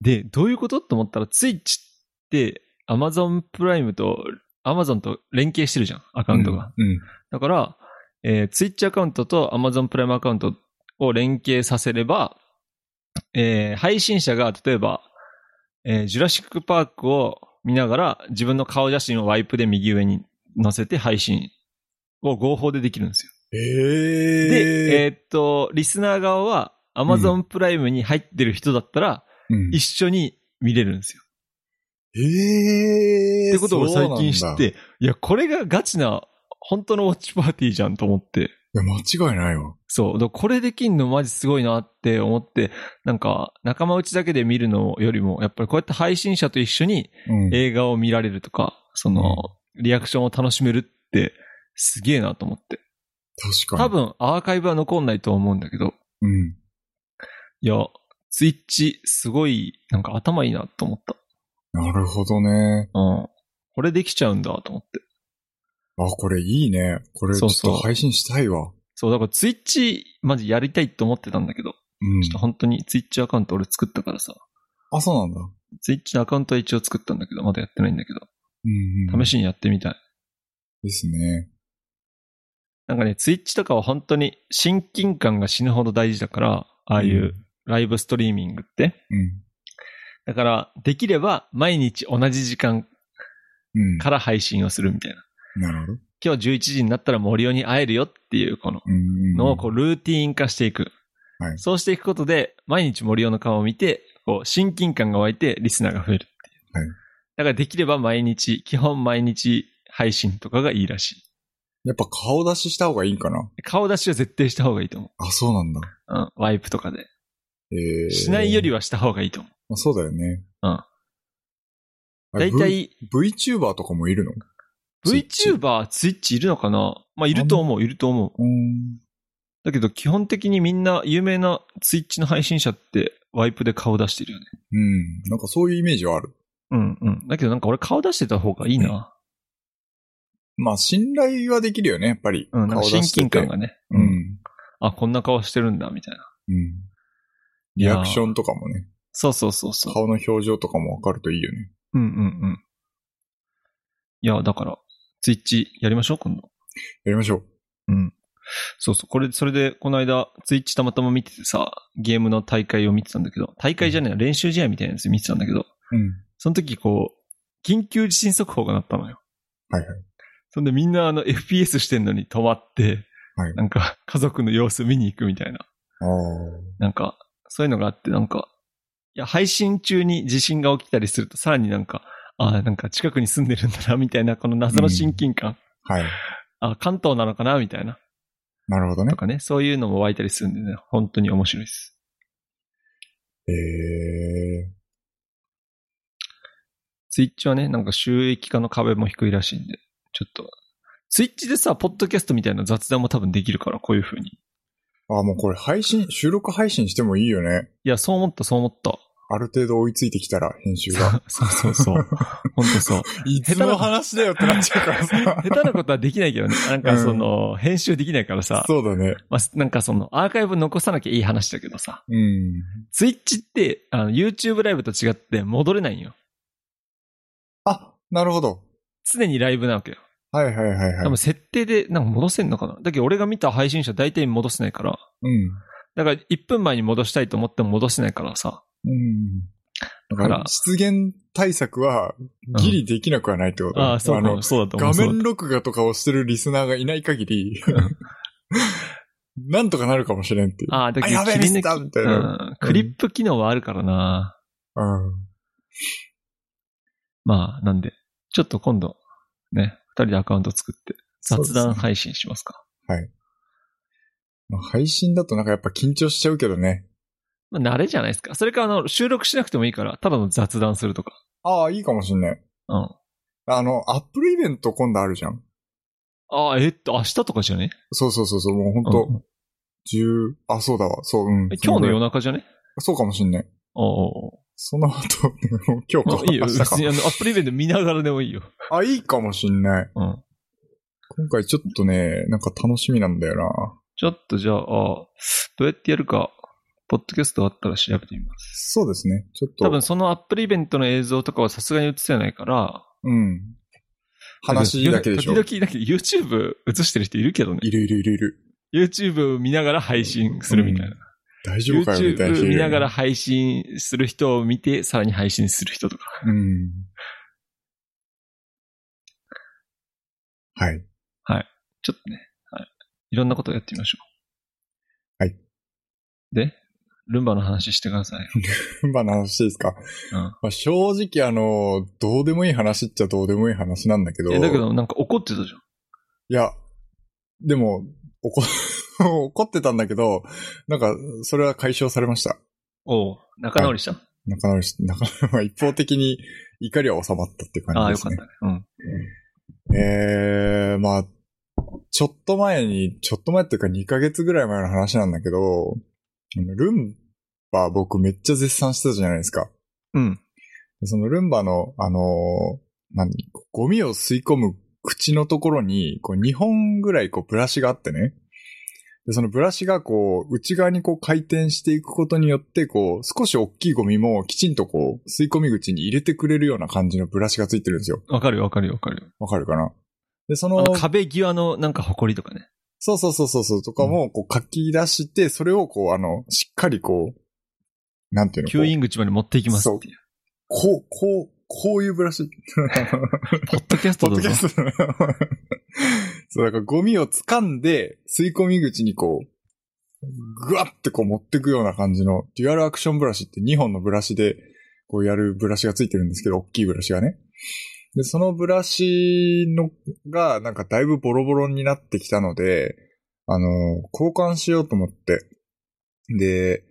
Speaker 2: で、どういうことと思ったら、ツイッチって、Amazon プライムと、Amazon と連携してるじゃん、ア
Speaker 1: ー
Speaker 2: カウントが。。
Speaker 1: うん。
Speaker 2: だから、えー、ツイッチアカウントと Amazon プライムアカウントを連携させれば、えー配信者が例えば、えージュラシックパークを見ながら自分の顔写真をワイプで右上に載せて配信を合法でできるんですよ。
Speaker 1: え
Speaker 2: で、え
Speaker 1: え
Speaker 2: ーっと、リスナー側は Amazon プライムに入ってる人だったら
Speaker 1: うん
Speaker 2: 一緒に見れるんですよ。
Speaker 1: ええ
Speaker 2: ってことを俺最近知
Speaker 1: そうなん
Speaker 2: っ
Speaker 1: だい
Speaker 2: て、いや、これがガチな本当のウォッチパーティーじゃんと思って。
Speaker 1: や、間違いないわ。
Speaker 2: そう。だからこれできんのマジすごいなって思って、なんか仲間内だけで見るのよりも、やっぱりこうやって配信者と一緒に
Speaker 1: うん。
Speaker 2: 映画を見られるとか、その、リアクションを楽しめるってすげえなと思って。
Speaker 1: 確か
Speaker 2: 多
Speaker 1: に。
Speaker 2: 分アーカイブは残んないと思うんだけど、
Speaker 1: うん。
Speaker 2: いや、ツイッチすごいなんか頭いいなと思った。
Speaker 1: なるほどね。
Speaker 2: うん。これできちゃうんだと思って。
Speaker 1: あ、これいいね。これちょっ
Speaker 2: そう
Speaker 1: と
Speaker 2: そう
Speaker 1: 配信したいわ。
Speaker 2: そう、だからツイッチマジやりたいと思ってたんだけど、
Speaker 1: うん
Speaker 2: ちょっと本当にツイッチアカウント俺作ったからさ、
Speaker 1: あ、そうなんだ。
Speaker 2: ツイッチのアカウントは一応作ったんだけど、まだやってないんだけど。
Speaker 1: うん、うん。
Speaker 2: 試しにやってみたい。
Speaker 1: ですね。
Speaker 2: なんかね、ツイッチとかは本当に親近感が死ぬほど大事だから、ああいうライブストリーミングって。
Speaker 1: うん。
Speaker 2: だから、できれば毎日同じ時間
Speaker 1: うん。
Speaker 2: から配信をするみたいな。
Speaker 1: なるほど。
Speaker 2: 今日11時になったら森尾に会えるよっていう、この、
Speaker 1: うんうんうん。
Speaker 2: のをこうルーティーン化していく。
Speaker 1: はい
Speaker 2: そうしていくことで、毎日森尾の顔を見て、こう、親近感が湧いてリスナーが増えるっていう。
Speaker 1: はい
Speaker 2: だからできれば毎日、基本毎日配信とかがいいらし。
Speaker 1: やっぱ顔出しした方がいいんかない
Speaker 2: 顔出しは絶対した方がいいと思う。
Speaker 1: あ、そうなんだ。
Speaker 2: うん、ワイプとかで。
Speaker 1: えー、
Speaker 2: しないより
Speaker 1: は。
Speaker 2: はした方がいいと思う。
Speaker 1: まあ、そうだよね。
Speaker 2: うん
Speaker 1: あ。
Speaker 2: 大体、
Speaker 1: V、VTuber とかもいるの Twitch
Speaker 2: VTuber、Twitch いるのかなまあ、いると思う、いると思う。
Speaker 1: うん。
Speaker 2: だけど、基本的にみんな有名な Twitch の配信者って、ワイプで顔出してるよね。
Speaker 1: うん。なんかそういうイメージはある。
Speaker 2: うんうん。だけど、なんか俺顔出してた方がいいな。
Speaker 1: まあ、信頼はできるよね、やっぱり。
Speaker 2: うん、なんか親近感が
Speaker 1: ね。う。
Speaker 2: ね。
Speaker 1: ん。
Speaker 2: あ、こんな顔してるんだ、みたいな。
Speaker 1: うん。リアクションとかもね、
Speaker 2: そうそうそうそう。
Speaker 1: 顔の表情とかもわかるといいよね。
Speaker 2: うんうんうん。いや、だから、ツイッチやりましょう、今度。
Speaker 1: やりましょう。
Speaker 2: うん。そうそう。これ、それで、この間、ツイッチたまたま見ててさ、ゲームの大会を見てたんだけど、大会じゃない、練習試合みたいなやつ見てたんだけど、
Speaker 1: うん。
Speaker 2: その時こう、緊急地震速報が鳴ったのよ。
Speaker 1: はいはい。
Speaker 2: そんでみんなあの FPS してんのに止まって、
Speaker 1: はい
Speaker 2: なんか家族の様子見に行くみたいな。
Speaker 1: ああ。
Speaker 2: なんか、そういうのがあって、なんか、いや、配信中に地震が起きたりすると、さらになんか、ああ、なんか近くに住んでるんだな、みたいな、この謎の親近感。
Speaker 1: はい。
Speaker 2: ああ、関東なのかな、みたいな。
Speaker 1: なるほどね
Speaker 2: と。かね、そういうのも湧いたりするんでね、本当に面白いです。
Speaker 1: ええ
Speaker 2: ツイッチはね、なんか収益化の壁も低いらしいんで、ちょっと、ツイッチでさ、ポッドキャストみたいな雑談も多分できるから、こういう風に。
Speaker 1: あ、もうこれ配信、収録配信してもいいよね。
Speaker 2: いや、そう思った、そう思った。
Speaker 1: ある程度追いついてきたら、編集が。
Speaker 2: そうそ うそう。本当そう。
Speaker 1: いつの話だよってなっちゃうから
Speaker 2: 下
Speaker 1: さ。
Speaker 2: 手なことはできないけどね。なんかその、編集できないからさ。
Speaker 1: そうだね。
Speaker 2: まあ、なんかその、アーカイブ残さなきゃいい話だけどさ。
Speaker 1: うん。
Speaker 2: ツイッチって、あの、YouTube ライブと違って戻れないんよ。
Speaker 1: あ、なるほど。
Speaker 2: 常にライブなわけよ。
Speaker 1: はいはいはい
Speaker 2: 多
Speaker 1: はい
Speaker 2: 分。設定で、なんか戻せんのかなだけど俺が見た配信者大体戻せないから。
Speaker 1: うん。
Speaker 2: だから1分前に戻したいと思っても戻せないからさ。
Speaker 1: うん。だか
Speaker 2: からら、
Speaker 1: 出現対策は、ギリできなくはないってこと、
Speaker 2: ああ、そうか
Speaker 1: の
Speaker 2: も、、そうだと思
Speaker 1: 画
Speaker 2: う。
Speaker 1: 面録画とかをしてるリスナーがいない限 り、なんとかなるかもしれんっていう。
Speaker 2: ああー、だけど
Speaker 1: あやべえ
Speaker 2: 切り抜き
Speaker 1: ミスったみたい
Speaker 2: うん。クリップ機能はあるからな。
Speaker 1: うん。
Speaker 2: まあ、なんで、ちょっと今度、ね、二人でアカウント作って、雑談
Speaker 1: そうですね
Speaker 2: 配信しますか。
Speaker 1: まあ配信だとなんかやっぱ緊張しちゃうけどね。
Speaker 2: まあ、慣れじゃないですか。それか、あの、収録しなくてもいいから、ただの雑談するとか。
Speaker 1: ああ、いいかもしんない。
Speaker 2: うん。
Speaker 1: あの、アップルイベント今度あるじゃん。
Speaker 2: ああ、えっと、明日とかじゃね
Speaker 1: そうそうそうそう、もうほん
Speaker 2: う
Speaker 1: と、
Speaker 2: ん
Speaker 1: 10、あ、そうだわ、そう、うん。
Speaker 2: え今日の夜
Speaker 1: な
Speaker 2: 中じゃね
Speaker 1: そうかもしんない。
Speaker 2: おう
Speaker 1: その後、 もう今
Speaker 2: おう
Speaker 1: 日
Speaker 2: お
Speaker 1: か
Speaker 2: う。、いいよ。
Speaker 1: 明日か
Speaker 2: 別に、あの、アップリイベント見ながらでもいいよ。
Speaker 1: あ、いいかもしんない。
Speaker 2: うん。
Speaker 1: 今回ちょっとね、なんか楽しみなんだよな。
Speaker 2: ちょっとじゃあ、ああどうやってやるか、ポッドキャストあったら調べてみます。
Speaker 1: そうですね。ちょっと。
Speaker 2: 多分そのアップリイベントの映像とかはさすがに映せないから。
Speaker 1: うん。話だけでしょ。
Speaker 2: 時々、だけど YouTube 映してる人いるけどね。
Speaker 1: いるいるいるいる。
Speaker 2: YouTube 見ながら配信するみたいな。
Speaker 1: 大丈夫かよ、みたいな人いるよね
Speaker 2: YouTube 見ながら。配信する人を見て、さらに配信する人とか。
Speaker 1: うん。はい。
Speaker 2: ちょっとね、はい。いろんなことをやってみましょう。
Speaker 1: はい。
Speaker 2: で、ルンバの話してください。
Speaker 1: まあ、話していいですか。
Speaker 2: うん
Speaker 1: まあ、正直、あの、どうでもいい話っちゃどうでもいい話なんだけど。
Speaker 2: え、だけどなんか怒ってたじ
Speaker 1: い
Speaker 2: ゃん。
Speaker 1: や、でも、怒、 怒ってたんだけど、なんか、それは解消されました。
Speaker 2: おう仲直りした、
Speaker 1: 仲直りし、仲直り、 まあ一方的に怒りは収まったっていう
Speaker 2: ああ、
Speaker 1: 感じ
Speaker 2: よ
Speaker 1: です
Speaker 2: かっ
Speaker 1: ね
Speaker 2: た。ね。うん。
Speaker 1: ええまあ、ちょっと前に、ちょっと前っていうか2ヶ月ぐらい前の話なんだけど、あのルンバ僕めっちゃ絶賛してたじゃないですか。
Speaker 2: うん。
Speaker 1: でそのルンバの、あのー何、ゴミを吸い込む口のところに、こう2本ぐらいこうブラシがあってね。で、そのブラシがこう、内側にこう回転していくことによって、こう、少し大きいゴミもきちんとこう、吸い込み口に入れてくれるような感じのブラシがついてるんですよ。
Speaker 2: わかるよわかるよわかるよ。
Speaker 1: わかるかなで、そ
Speaker 2: あ
Speaker 1: の
Speaker 2: の、壁際のなんか埃とかね。
Speaker 1: そうそうそうそうそう、とかも、こう書き出して、それをこう、あの、しっかりこう、なんていうのこ
Speaker 2: 吸
Speaker 1: う
Speaker 2: 引口まで持っていきますっていう。
Speaker 1: こう、こう、こういうブラシ。
Speaker 2: ポッドキャス
Speaker 1: ポ
Speaker 2: ト
Speaker 1: ッド
Speaker 2: だ
Speaker 1: キ
Speaker 2: ぞ
Speaker 1: ャ。ストだなそう、だからゴミを掴んで、吸い込み口にこう、ぐわってこう持ってくような感じの、デュアルアクションブラシって2本のブラシで、こうやるブラシがついてるんですけど、大きいブラシがね。で、そのブラシの、が、なんかだいぶボロボロになってきたので、あのー交換しようと思って。で、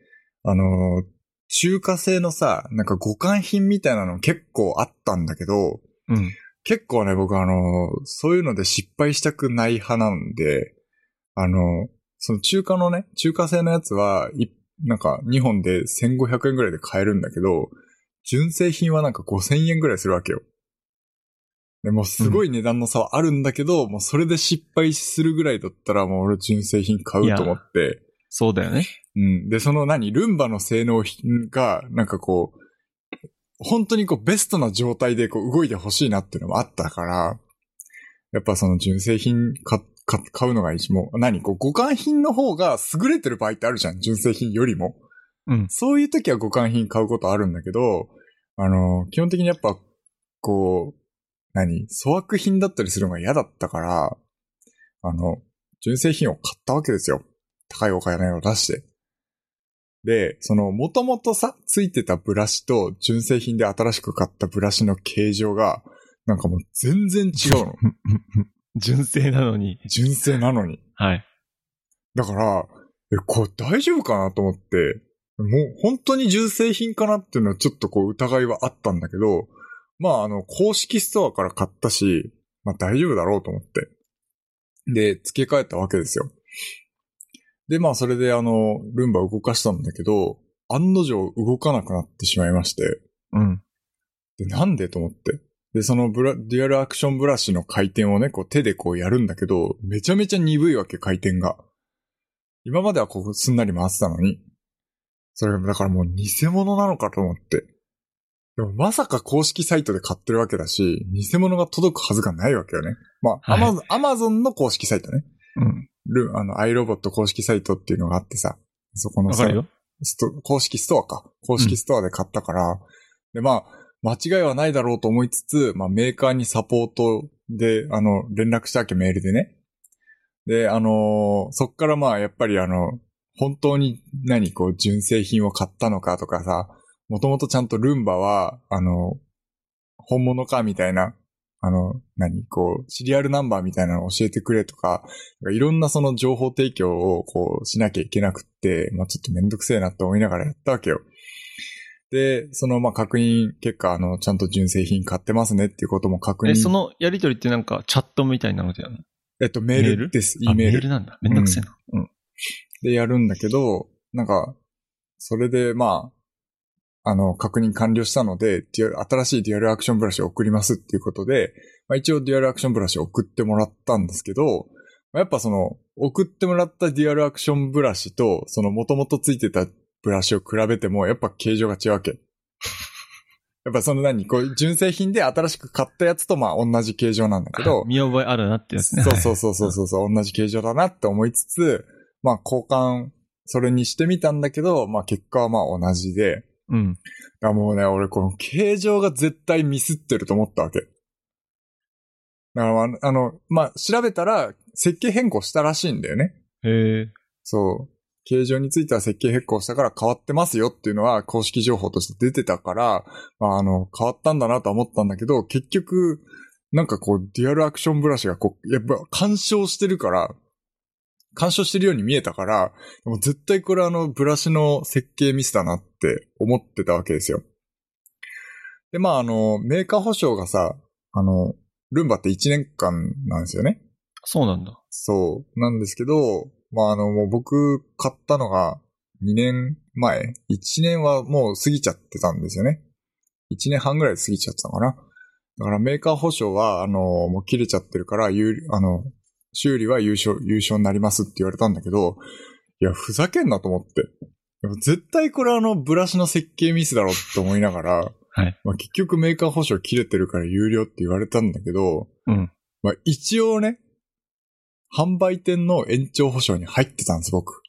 Speaker 1: あのー中華製のさ、なんか互換品みたいなの結構あったんだけど、
Speaker 2: うん。
Speaker 1: 結構ね、僕あの、そういうので失敗したくない派なんで、あの、その中華のね、中華製のやつは、いなんか2本で1500円ぐらいで買えるんだけど、純正品はなんか5000円ぐらいするわけよ。でもうすごい値段の差はあるんだけど、もうそれで失敗するぐらいだったらもう俺純正品買うと思って、
Speaker 2: そうだよね。
Speaker 1: うん。で、その何、ルンバの性能が、なんかこう、本当にこうベストな状態でこう動いてほしいなっていうのもあったから、やっぱその純正品買買買うのが一もう、何こう、互換品の方が優れてる場合ってあるじゃん。純正品よりも。
Speaker 2: うん。
Speaker 1: そういう時は互換品買うことあるんだけど、あの、基本的にやっぱ、こう、何粗悪品だったりするのが嫌だったから、あの、純正品を買ったわけですよ。高いお金を出して。で、その、もともとさ、ついてたブラシと、純正品で新しく買ったブラシの形状が、なんかもう全然違うの。
Speaker 2: 純正なのに。
Speaker 1: 純正なのに。
Speaker 2: はい。
Speaker 1: だから、え、これ大丈夫かなと思って、もう本当に純正品かなっていうのはちょっとこう疑いはあったんだけど、まああの、公式ストアから買ったし、まあ大丈夫だろうと思って。で、付け替えたわけですよ。で、まあそれであの、ルンバ動かしたんだけど、案の定動かなくなってしまいまして、
Speaker 2: うん。
Speaker 1: で、なんでと思って。で、そのブラ、デュアルアクションブラシの回転をね、こう手でこうやるんだけど、めちゃめちゃ鈍いわけ、回転が。今まではこうすんなり回ってたのに。それが、だからもう偽物なのかと思って。でもまさか公式サイトで買ってるわけだし、偽物が届くはずがないわけよね。まあ、ア
Speaker 2: はい
Speaker 1: マゾン、アマゾンの公式サイトね。
Speaker 2: うん。
Speaker 1: ル、あの、アイロボット公式サイトっていうのがあってさ、そこの
Speaker 2: わ
Speaker 1: さ
Speaker 2: かるよ。
Speaker 1: スト、公式ストアか。公式ストアで買ったから、で、まあ、間違いはないだろうと思いつつ、まあ、メーカーにサポートで、あの、連絡したわけ、メールでね。で、あのーそっからまあ、やっぱりあの、本当に何、こう、純正品を買ったのかとかさ、もともとちゃんとルンバは、あの、本物かみたいな、あの、何、こう、シリアルナンバーみたいなのを教えてくれとか、なんかいろんなその情報提供をこうしなきゃいけなくって、まあちょっとめんどくせえなって思いながらやったわけよ。で、そのまあ確認結果、あの、ちゃんと純正品買ってますねっていうことも確認。
Speaker 2: え、そのやりとりってなんかチャットみたいなのだよね。
Speaker 1: えっと、メールです。E
Speaker 2: あ
Speaker 1: メー
Speaker 2: メー
Speaker 1: ル
Speaker 2: ルなんだ。めんどくせえな。うん。
Speaker 1: でやるんだけど、なんか、それでまあ、あの、確認完了したので、デュア新しいデュアルアクションブラシを送りますっていうことで、まあ、一応デュアルアクションブラシを送ってもらったんですけど、まあやっぱその、送ってもらったデュアルアクションブラシと、その元々ついてたブラシを比べても、やっぱ形状が違うわけ。 やっぱその何こう、純正品で新しく買ったやつとまあ同じ形状なんだけど、
Speaker 2: 見覚えあるなってやつね。
Speaker 1: そうそうそうそうそうそう、同じ形状だなって思いつつ、まあ交換、それにしてみたんだけど、まあ結果はまあ同じで、
Speaker 2: う。うん。
Speaker 1: あもうね、俺この形状が絶対ミスってると思ったわけ。だからまあ、あの、まあ調べたら設計変更したらしいんだよね。
Speaker 2: へえ。
Speaker 1: そう。形状については設計変更したから変わってますよっていうのは公式情報として出てたから、まあ、あの、変わったんだなとは思ったんだけど、結局、なんかこう、デュアルアクションブラシがこう、やっぱ干渉してるから、干渉してるように見えたから、でも絶対これあの、ブラシの設計ミスだなって思ってたわけですよ。で、まあ、あの、メーカー保証がさ、あの、ルンバって1年間なんですよね。
Speaker 2: そうなんだ。
Speaker 1: そう、なんですけど、まあ、あの、もう僕買ったのが2年前 ?1 年はもう過ぎちゃってたんですよね。1年半ぐらい過ぎちゃってたのかな。だからメーカー保証は、あの、もう切れちゃってるから、有あの、修理は優勝、優勝になりますって言われたんだけど、いや、ふざけんなと思って。でも絶対これあの、ブラシの設計ミスだろって思いながら、
Speaker 2: はい
Speaker 1: まあ、結局メーカー保証切れてるから有料って言われたんだけど、
Speaker 2: うん
Speaker 1: まあ、一応ね、販売店の延長保証に入ってたんです、僕。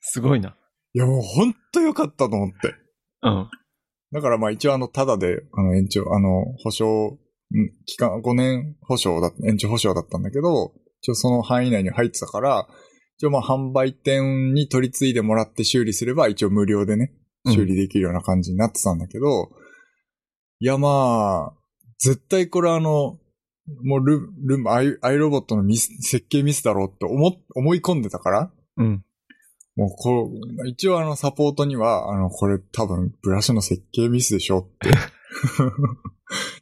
Speaker 2: すごいな。
Speaker 1: いや、もうほんと良かったと思って。
Speaker 2: うん。
Speaker 1: だからまあ一応あの、ただで、あの、延長、あの、保証、ん期間、5年保証だ、延長保証だったんだけど、一応その範囲内に入ってたから、一応まあ販売店に取り継いでもらって修理すれば一応無料でね、修理できるような感じになってたんだけど、いやまあ、絶対これあの、もうル、ルンアイ、アイロボットのミス、設計ミスだろうって思、思い込んでたから、
Speaker 2: うん。
Speaker 1: もうこう、一応あのサポートには、あの、これ多分ブラシの設計ミスでしょ って。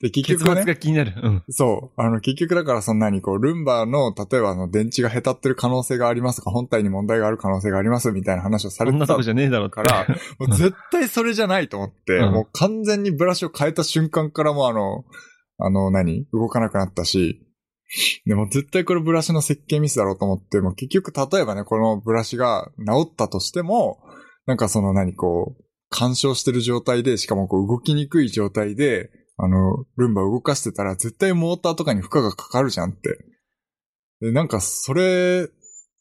Speaker 1: で、結
Speaker 2: 結
Speaker 1: 局ね、
Speaker 2: 末が気になる。うん。
Speaker 1: そう、あの結局だからそんなにこう、ルンバの、例えばあの電池がへたってる可能性がありますとか、本体に問題がある可能性がありますみたいな話をされ
Speaker 2: こん
Speaker 1: て
Speaker 2: な
Speaker 1: た
Speaker 2: とこじゃねえだろうって
Speaker 1: から、もう絶対それじゃないと思って、
Speaker 2: うん
Speaker 1: もう完全にブラシを変えた瞬間からもうあの、あの何、動かなくなったし、でも絶対これブラシの設計ミスだろうと思って、もう結局例えばね、このブラシが治ったとしても、なんかその何こう、干渉してる状態で、しかもこう動きにくい状態で、ああの、ルンバ動かしてたら絶対モーターとかに負荷がかかるじゃんって。で、なんかそれ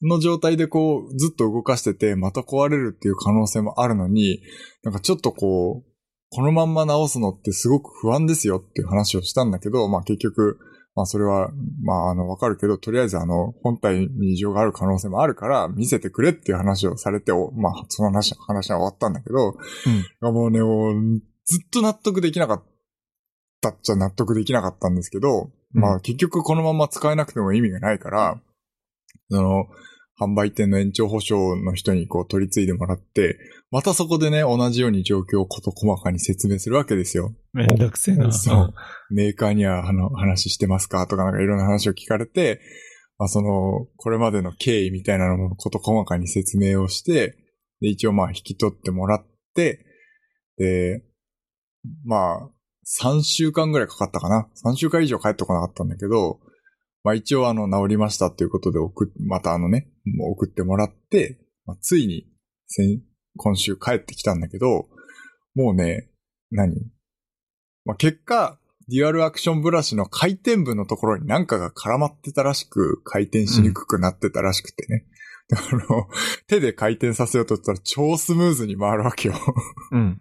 Speaker 1: の状態でこう、ずっと動かしてて、また壊れるっていう可能性もあるのに、なんかちょっとこう、このまんま直すのってすごく不安ですよっていう話をしたんだけど、まあ結局、まあそれは、まああのわかるけど、とりあえずあの本体に異常がある可能性もあるから見せてくれっていう話をされて、おまあその話、話は終わったんだけど、もうね、もうずっと納得できなかったっちゃ納得できなかったんですけど、
Speaker 2: うん
Speaker 1: まあ結局このまま使えなくても意味がないから、その、販売店の延長保証の人にこう取り継いでもらって、またそこでね、同じように状況を事細かに説明するわけですよ。
Speaker 2: めんどくせえな。
Speaker 1: そう。メーカーにはあの話してますかとかなんかいろんな話を聞かれて、まあその、これまでの経緯みたいなのもこと細かに説明をして、で、一応まあ引き取ってもらって、で、まあ、3週間ぐらいかかったかな。3週間以上帰ってこなかったんだけど、まあ一応あの治りましたっていうことで送っ、またあのね、もう送ってもらって、まあ、ついに先、今週帰ってきたんだけど、もうね、何まあ、結果、デュアルアクションブラシの回転部のところに何かが絡まってたらしく、回転しにくくなってたらしくてね。であの、手で回転させようとしたら超スムーズに回るわけよ。
Speaker 2: うん。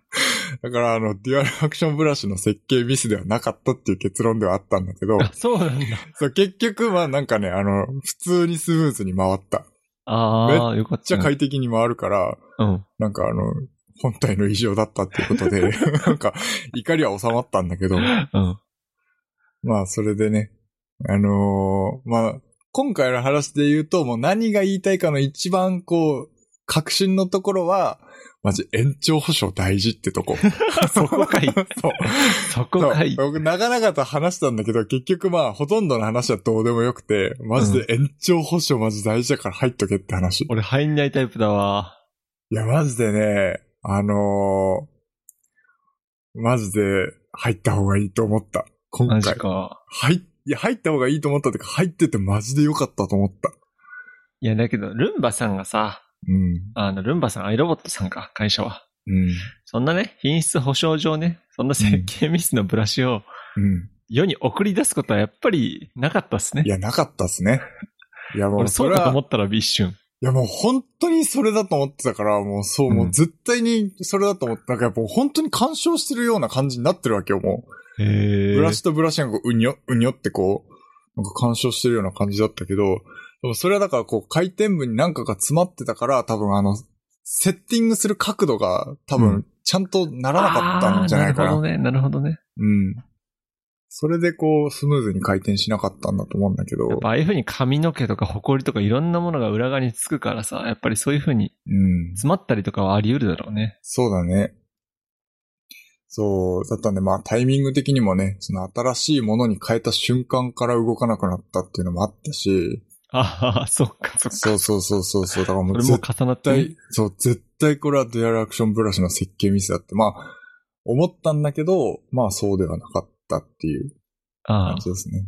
Speaker 1: だから、あの、デュアルアクションブラシの設計ミスではなかったっていう結論ではあったんだけど、
Speaker 2: あ、そうなんだ。
Speaker 1: そう結局はなんかね、あの、普通にスムーズに回った。めっ
Speaker 2: ああ、よかっ
Speaker 1: ち
Speaker 2: た
Speaker 1: ゃ
Speaker 2: ね。
Speaker 1: 快適に回るから、
Speaker 2: うん。
Speaker 1: なんかあの、本体の異常だったっていうことで、なんか怒りは収まったんだけど、
Speaker 2: うん。
Speaker 1: まあ、それでね。あのーまあ、今回の話で言うと、もう何が言いたいかの一番、こう、核心のところは、マジ延長保証大事ってとこ。
Speaker 2: そこかい。
Speaker 1: そう。
Speaker 2: そこかい
Speaker 1: そ。う僕、長々と話したんだけど、結局まあ、ほとんどの話はどうでもよくて、マジで延長保証マジ大事だから入っとけって話。
Speaker 2: 俺入んないタイプだわ。
Speaker 1: いや、マジでね、あのーマジで入った方がいいと思った。今
Speaker 2: マ
Speaker 1: 回。
Speaker 2: ジか。
Speaker 1: はい、いや、入った方がいいと思ったというか、入っててマジで良かったと思った。
Speaker 2: いや、だけど、ルンバさんがさ、
Speaker 1: うん。
Speaker 2: あの、ルンバさん、アイロボットさんか、会社は。
Speaker 1: うん。
Speaker 2: そんなね、品質保証上ね、そんな設計ミスのブラシを
Speaker 1: うん。
Speaker 2: 世に送り出すことはやっぱりなかったっすね
Speaker 1: い。や、なかったっすね。いや、もう
Speaker 2: 俺
Speaker 1: そ
Speaker 2: そう
Speaker 1: れ
Speaker 2: かと
Speaker 1: は、
Speaker 2: 思
Speaker 1: い
Speaker 2: ったら一瞬。
Speaker 1: や、もう本当にそれだと思ってたから、もうそう、
Speaker 2: うん
Speaker 1: もう絶対にそれだと思って、なんかやっぱ本当に干渉してるような感じになってるわけよ、も
Speaker 2: へ
Speaker 1: う。
Speaker 2: え
Speaker 1: ブラシとブラシがこう、うにょ、うにょってこう、なんか干渉してるような感じだったけど、でもそれはだからこう、回転部に何かが詰まってたから、多分あの、セッティングする角度が多
Speaker 2: う
Speaker 1: 分、ちゃんとならなかったんじゃないかな
Speaker 2: あーなるほどね、なるほどね。
Speaker 1: うん。それでこう、スムーズに回転しなかったんだと思うんだけど。
Speaker 2: やっぱああいう風に髪の毛とか埃とかいろんなものが裏側につくからさ、やっぱりそういう風に
Speaker 1: うん。
Speaker 2: 詰まったりとかはあり得るだろうね。
Speaker 1: そうだね。そう、だったんで、まあタイミング的にもね、その新しいものに変えた瞬間から動かなくなったっていうのもあったし、
Speaker 2: ああ、そっかそっか。
Speaker 1: そうそうそうそうそう、だからも
Speaker 2: そうれも
Speaker 1: 絶
Speaker 2: 重なってね、
Speaker 1: 対、そう、絶対これはデュアルアクションブラシの設計ミスだって、まあ、思ったんだけど、まあそうではなかったっていう
Speaker 2: ああ
Speaker 1: 感じですね。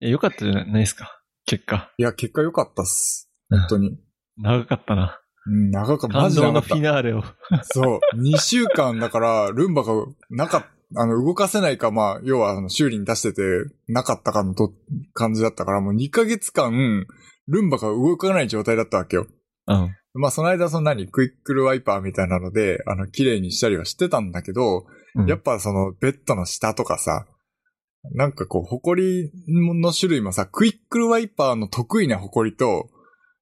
Speaker 2: いやよかったじゃないですか。結果。
Speaker 1: いや、結果良かったっす。本当に。
Speaker 2: 長かったな。
Speaker 1: うん、長かった。マ
Speaker 2: 感
Speaker 1: ジで
Speaker 2: 動
Speaker 1: 長か
Speaker 2: の
Speaker 1: っ
Speaker 2: フ
Speaker 1: た
Speaker 2: ィ。ナーレを。
Speaker 1: そう。2週間だから、ルンバがなかっあの、動かせないか、まあ、要は、あの、修理に出してて、なかったかのと、感じだったから、もう2ヶ月間、ルンバが動かない状態だったわけよ。
Speaker 2: うん。
Speaker 1: まあ、その間、その何、クイックルワイパーみたいなので、あの、綺麗にしたりはしてたんだけど、
Speaker 2: うん
Speaker 1: やっぱその、ベッドの下とかさ、なんかこう、ホコリの種類もさ、クイックルワイパーの得意なホコリと、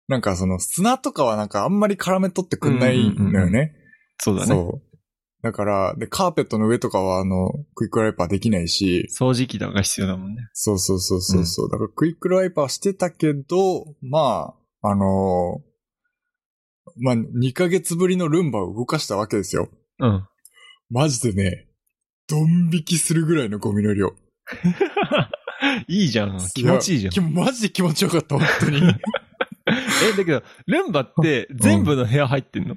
Speaker 1: なんかその、砂とかはなんかあんまり絡め取ってくんないのよね。
Speaker 2: うんうんうんうんそうだね。
Speaker 1: そう。だから、で、カーペットの上とかは、あの、クイックワイパーできないし、
Speaker 2: 掃除機とかが必要だもんね。
Speaker 1: そうそうそうそうそう、だからクイックワイパーしてたけど、まあ、あのーまあ、2ヶ月ぶりのルンバを動かしたわけですよ。
Speaker 2: うん。
Speaker 1: マジでね、ドン引きするぐらいのゴミの量。
Speaker 2: いいじゃん。気持ちいいじゃん
Speaker 1: き。マジで気持ちよかった、本当 に。
Speaker 2: え、だけど、ルンバって全部の部屋入ってんの、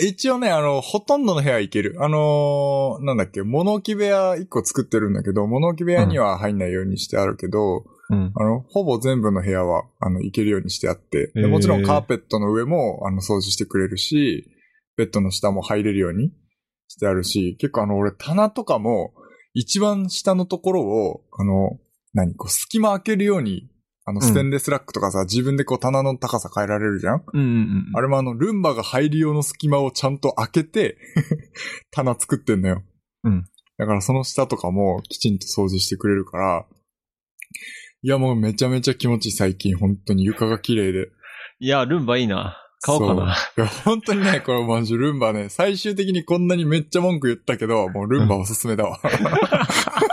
Speaker 1: 一応ね、あの、ほとんどの部屋行ける。あのーなんだっけ、物置部屋1個作ってるんだけど、物置部屋には入んないようにしてあるけど、
Speaker 2: うん、
Speaker 1: あの、ほぼ全部の部屋は、あの、行けるようにしてあって、
Speaker 2: へ
Speaker 1: で
Speaker 2: ー
Speaker 1: もちろんカーペットの上も、あの、掃除してくれるし、ベッドの下も入れるようにしてあるし、結構あの、俺、棚とかも、一番下のところを、あの、何、こう、隙間開けるように、あの、
Speaker 2: うん
Speaker 1: ステンレスラックとかさ、自分でこう、棚の高さ変えられるじゃん
Speaker 2: うんうんうん。
Speaker 1: あれもあの、ルンバが入る用の隙間をちゃんと開けて、 棚作ってんのよ。
Speaker 2: うん。
Speaker 1: だからその下とかもきちんと掃除してくれるから、いやもうめちゃめちゃ気持ちいい最近、本当に床が綺麗で。
Speaker 2: いや、ルンバいいな。買おうかな。
Speaker 1: そう。いや、本当にね、これマジルンバね、最終的にこんなにめっちゃ文句言ったけど、もうルンバおすすめだわ。
Speaker 2: だけど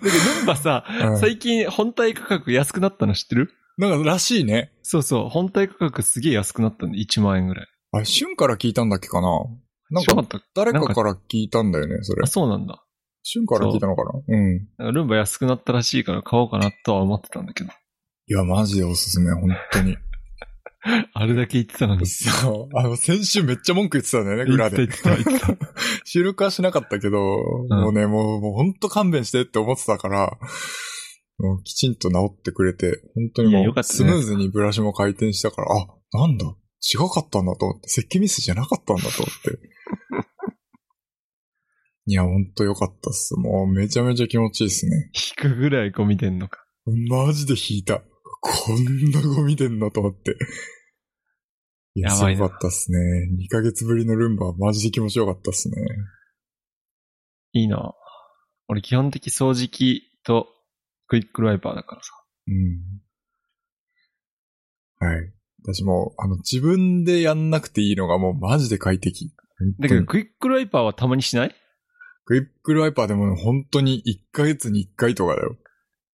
Speaker 2: ルンバさ、
Speaker 1: うん
Speaker 2: 最近本体価格安くなったの知ってる
Speaker 1: なんからしいね。
Speaker 2: そうそう。本体価格すげえ安くなったんで、1万円ぐらい。
Speaker 1: あ、シュンから聞いたんだっけかななん
Speaker 2: 知らな
Speaker 1: か、
Speaker 2: かった
Speaker 1: 誰か
Speaker 2: なんか
Speaker 1: から聞いたんだよね、それ
Speaker 2: あ、。そうなんだ。
Speaker 1: シュンから聞いたのかなうん。
Speaker 2: なんかルンバ安くなったらしいから買おうかなとは思ってたんだけど。
Speaker 1: いや、マジでおすすめ、本当に。
Speaker 2: あれだけ言ってたのに。
Speaker 1: そう。あの、先週めっちゃ文句言ってたんだよね、
Speaker 2: 言
Speaker 1: 裏
Speaker 2: って
Speaker 1: で。
Speaker 2: た言ってた言ってた。
Speaker 1: 知るかしなかったけど、もうね、もう、もうほんと勘弁してって思ってたから、もうきちんと治ってくれて、本当に
Speaker 2: いや
Speaker 1: も
Speaker 2: よか
Speaker 1: う、
Speaker 2: ったね
Speaker 1: スムーズにブラシも回転したから、あ、なんだ、違かったんだと思って、設計ミスじゃなかったんだと思 って。いや、ほんとよかったっす。もう、めちゃめちゃ気持ちいいっすね。
Speaker 2: 引くぐらいゴミ出んのか。
Speaker 1: マジで引いた。こんなゴミ出んなと思って。いや、
Speaker 2: や
Speaker 1: す
Speaker 2: ばいな
Speaker 1: ごかったっすね。2ヶ月ぶりのルンバはマジで気持ちよかったっすね。
Speaker 2: いいな俺基本的掃除機とクイックルワイパーだからさ。
Speaker 1: うん。はい。私も、あの、自分でやんなくていいのがもうマジで快適。
Speaker 2: だけ
Speaker 1: う
Speaker 2: ど
Speaker 1: ん
Speaker 2: クイックルワイパーはたまにしない
Speaker 1: クイックルワイパーでもね本当に1ヶ月に1回とかだよ。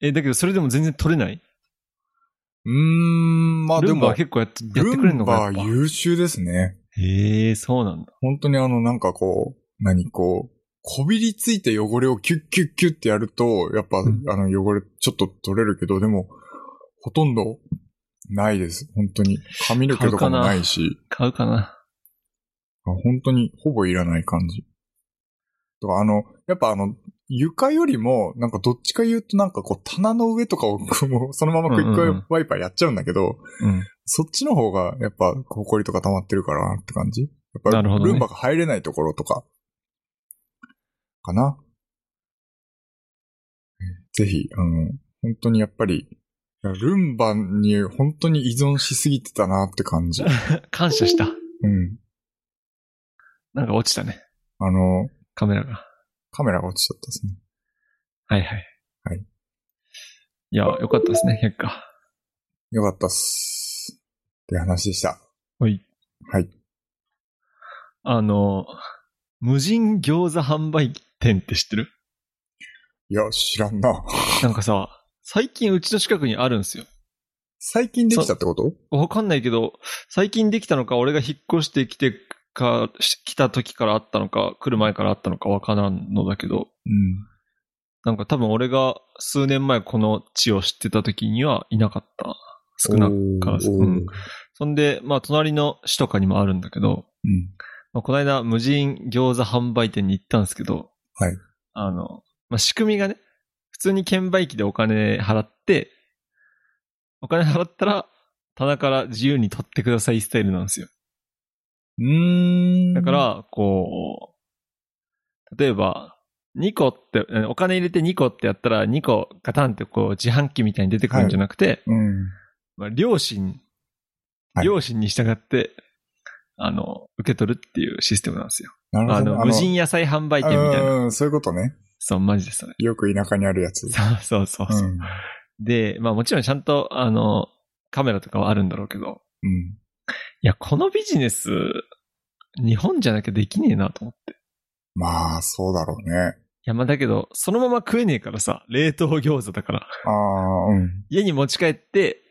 Speaker 2: え、だけどそれでも全然取れないう
Speaker 1: ーん、まあで
Speaker 2: ルンバ
Speaker 1: も
Speaker 2: は、結構やってやってくれ
Speaker 1: ル
Speaker 2: る
Speaker 1: ン
Speaker 2: のか
Speaker 1: バ
Speaker 2: や
Speaker 1: は
Speaker 2: っぱ
Speaker 1: 優秀ですね。
Speaker 2: へえ、そうなんだ。
Speaker 1: 本当にあの、なんかこう、何こう、こびりついた汚れをキュッキュッキュッってやると、やっぱ、
Speaker 2: うん
Speaker 1: あの、汚れちょっと取れるけど、でも、ほとんど、ないです。本当に。髪の毛とかもないし。
Speaker 2: 買うかな。
Speaker 1: あ本当にほぼいらない感じ。とか、あの、やっぱあの、床よりも、なんかどっちか言うとなんかこう棚の上とかをもうそのままクイッ
Speaker 2: うんうんうん
Speaker 1: クワイパーやっちゃうんだけど、
Speaker 2: うん。
Speaker 1: そっちの方がやっぱ埃とか溜まってるからって感じやっぱ
Speaker 2: なるほどね
Speaker 1: ルンバが入れないところとか、かな。ぜひ、あの、本当にやっぱり、ルンバに本当に依存しすぎてたなって感 じ。う
Speaker 2: 感謝した。
Speaker 1: ん。
Speaker 2: なんか落ちたね。
Speaker 1: あの、
Speaker 2: カメラが。
Speaker 1: カメラが落ちちゃったですね。
Speaker 2: はいはい。
Speaker 1: はい。
Speaker 2: いや、よかったですね、結果。
Speaker 1: よかったっす。って話でした。
Speaker 2: はい。
Speaker 1: はい。
Speaker 2: あの、無人餃子販売店って知ってる
Speaker 1: いや、知らんな。
Speaker 2: なんかさ、最近うちの近くにあるんですよ。
Speaker 1: 最近できたってこと
Speaker 2: わかんないけど、最近できたのか、俺が引っ越してきてか、し来た時からあったのか、来る前からあったのかわからんのだけど、
Speaker 1: うん。
Speaker 2: なんか多分俺が数年前この地を知ってた時にはいなかった。少なからず。
Speaker 1: おー
Speaker 2: うんそんで、まあ隣の市とかにもあるんだけど、
Speaker 1: うん。
Speaker 2: まあ、この間無人餃子販売店に行ったんですけど、
Speaker 1: はい
Speaker 2: あの、まあ、仕組みがね、普通に券売機でお金払って、お金払ったら棚から自由に取ってくださいスタイルなんですよ。
Speaker 1: うーん。
Speaker 2: だか、ら、こう、例えば、2個って、えお金入れて2個ってやったら、2個ガタンってこう自販機みたいに出てくるんじゃなくて、
Speaker 1: うん。
Speaker 2: まあ、両親
Speaker 1: は、い
Speaker 2: 両親に従って、あの、受け取るっていうシステムなんですよ。
Speaker 1: なるほど
Speaker 2: あ
Speaker 1: ね。
Speaker 2: の、無人野菜販売
Speaker 1: 体
Speaker 2: 店みたいな。
Speaker 1: うん、そういうことね。
Speaker 2: そう、マジでそれ。
Speaker 1: よく田舎にあるやつ。
Speaker 2: そうそうそうそうう、
Speaker 1: ん。
Speaker 2: で、まあもちろんちゃんと、あの、カメラとかはあるんだろうけど、
Speaker 1: うん。
Speaker 2: いや、このビジネス、日本じゃなきゃできねえなと思って。い
Speaker 1: まあ、そうだろうね。
Speaker 2: や、まあだけど、そのまま食えねえからさ、冷凍餃子だから、
Speaker 1: ああ、うん。
Speaker 2: 家に持ち帰って、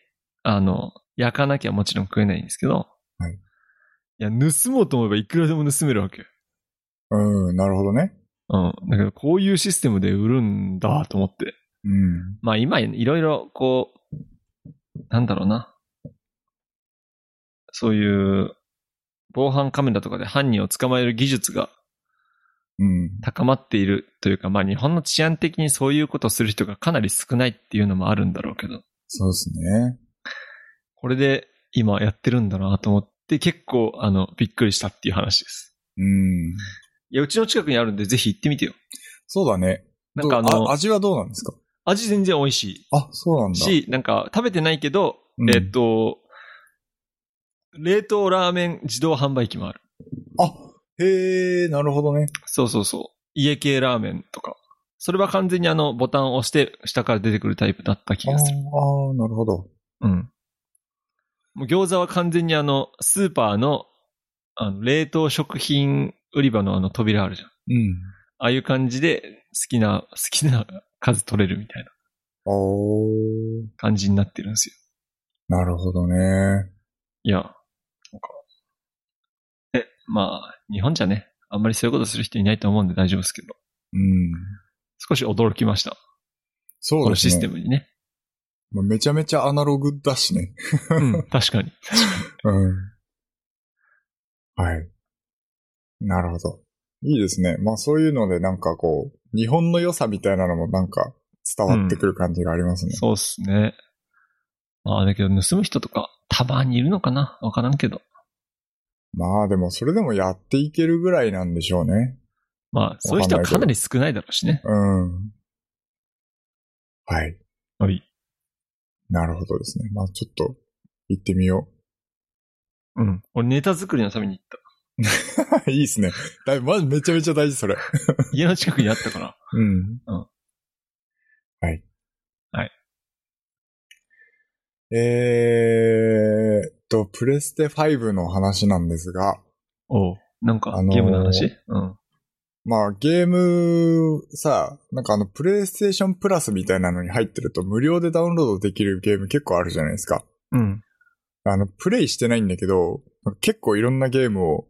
Speaker 2: あの、焼かなきゃもちろん食えないんですけど、
Speaker 1: はい
Speaker 2: いや、盗もうと思えばいくらでも盗めるわけよ。
Speaker 1: うん、なるほどね。
Speaker 2: うん。だけど、こういうシステムで売るんだと思って。
Speaker 1: うん。
Speaker 2: まあ今、いろいろこう、なんだろうな。そういう、防犯カメラとかで犯人を捕まえる技術が
Speaker 1: うん。
Speaker 2: 高まっているというか、まあ日本の治安的にそういうことをする人がかなり少ないっていうのもあるんだろうけど、
Speaker 1: そうですね。
Speaker 2: これで今やってるんだなと思って結構あのびっくりしたっていう話です。
Speaker 1: うん。
Speaker 2: いや、うちの近くにあるんでぜひ行ってみてよ。
Speaker 1: そうだね。
Speaker 2: なんかあ
Speaker 1: どう
Speaker 2: の、
Speaker 1: 味はどうなんですか
Speaker 2: 味全然美味し
Speaker 1: あ、そうなん
Speaker 2: い
Speaker 1: だ。
Speaker 2: し、なんか食べてないけど、
Speaker 1: うん
Speaker 2: えっと、冷凍ラーメン自動販売機もある。
Speaker 1: あ、へえ、なるほどね。
Speaker 2: そうそうそう。家系ラーメンとか。それは完全にあの、ボタンを押して下から出てくるタイプだった気
Speaker 1: あー
Speaker 2: がする。
Speaker 1: あー、なるほど。
Speaker 2: うん。もう餃子は完全にあの、スーパーの、あの、冷凍食品売り場のあの扉あるじゃん。
Speaker 1: うん。
Speaker 2: ああいう感じで、好きな、好きな数取れるみたいな
Speaker 1: おー、
Speaker 2: 感じになってるんですよ。
Speaker 1: なるほどね。
Speaker 2: いや、なんか、え、まあ、日本じゃね、あんまりそういうことする人いないと思うんで大丈夫ですけど、
Speaker 1: うん。
Speaker 2: 少し驚きました。
Speaker 1: そ
Speaker 2: こ
Speaker 1: う
Speaker 2: の
Speaker 1: ですね。
Speaker 2: システムに ね。
Speaker 1: まあめちゃめちゃアナログだしね。
Speaker 2: うん、確かに。
Speaker 1: うん。はい。なるほど。いいですね。まあそういうのでなんかこう、日本の良さみたいなのもなんか伝わってくる感じがありますね。
Speaker 2: そうっすね。まあ、だけど盗む人とか、たまにいるのかなわからんけど。
Speaker 1: まあでもそれでもやっていけるぐらいなんでしょうね。
Speaker 2: まあ、そういう人はかなり少ないだろうしね。
Speaker 1: うん。はい。
Speaker 2: はい。
Speaker 1: なるほどですね。まあちょっと行ってみよ
Speaker 2: うん。俺ネタ作りのために行っ
Speaker 1: う。 いいですね。だいまずめちゃめちゃ大事それ。
Speaker 2: た。家の近くにあったから。
Speaker 1: うん。
Speaker 2: うん
Speaker 1: はい。
Speaker 2: はい。
Speaker 1: えーっと、プレステ5の話なんですが、
Speaker 2: おうなんか
Speaker 1: あのー
Speaker 2: ゲームの話、うん。
Speaker 1: まあゲームさ、なんかあのプレイステーションプラスみたいなのに入ってると無料でダウンロードできるゲーム結構あるじゃないですか。
Speaker 2: うん。
Speaker 1: あの、プレイしてないんだけど、結構いろんなゲームを、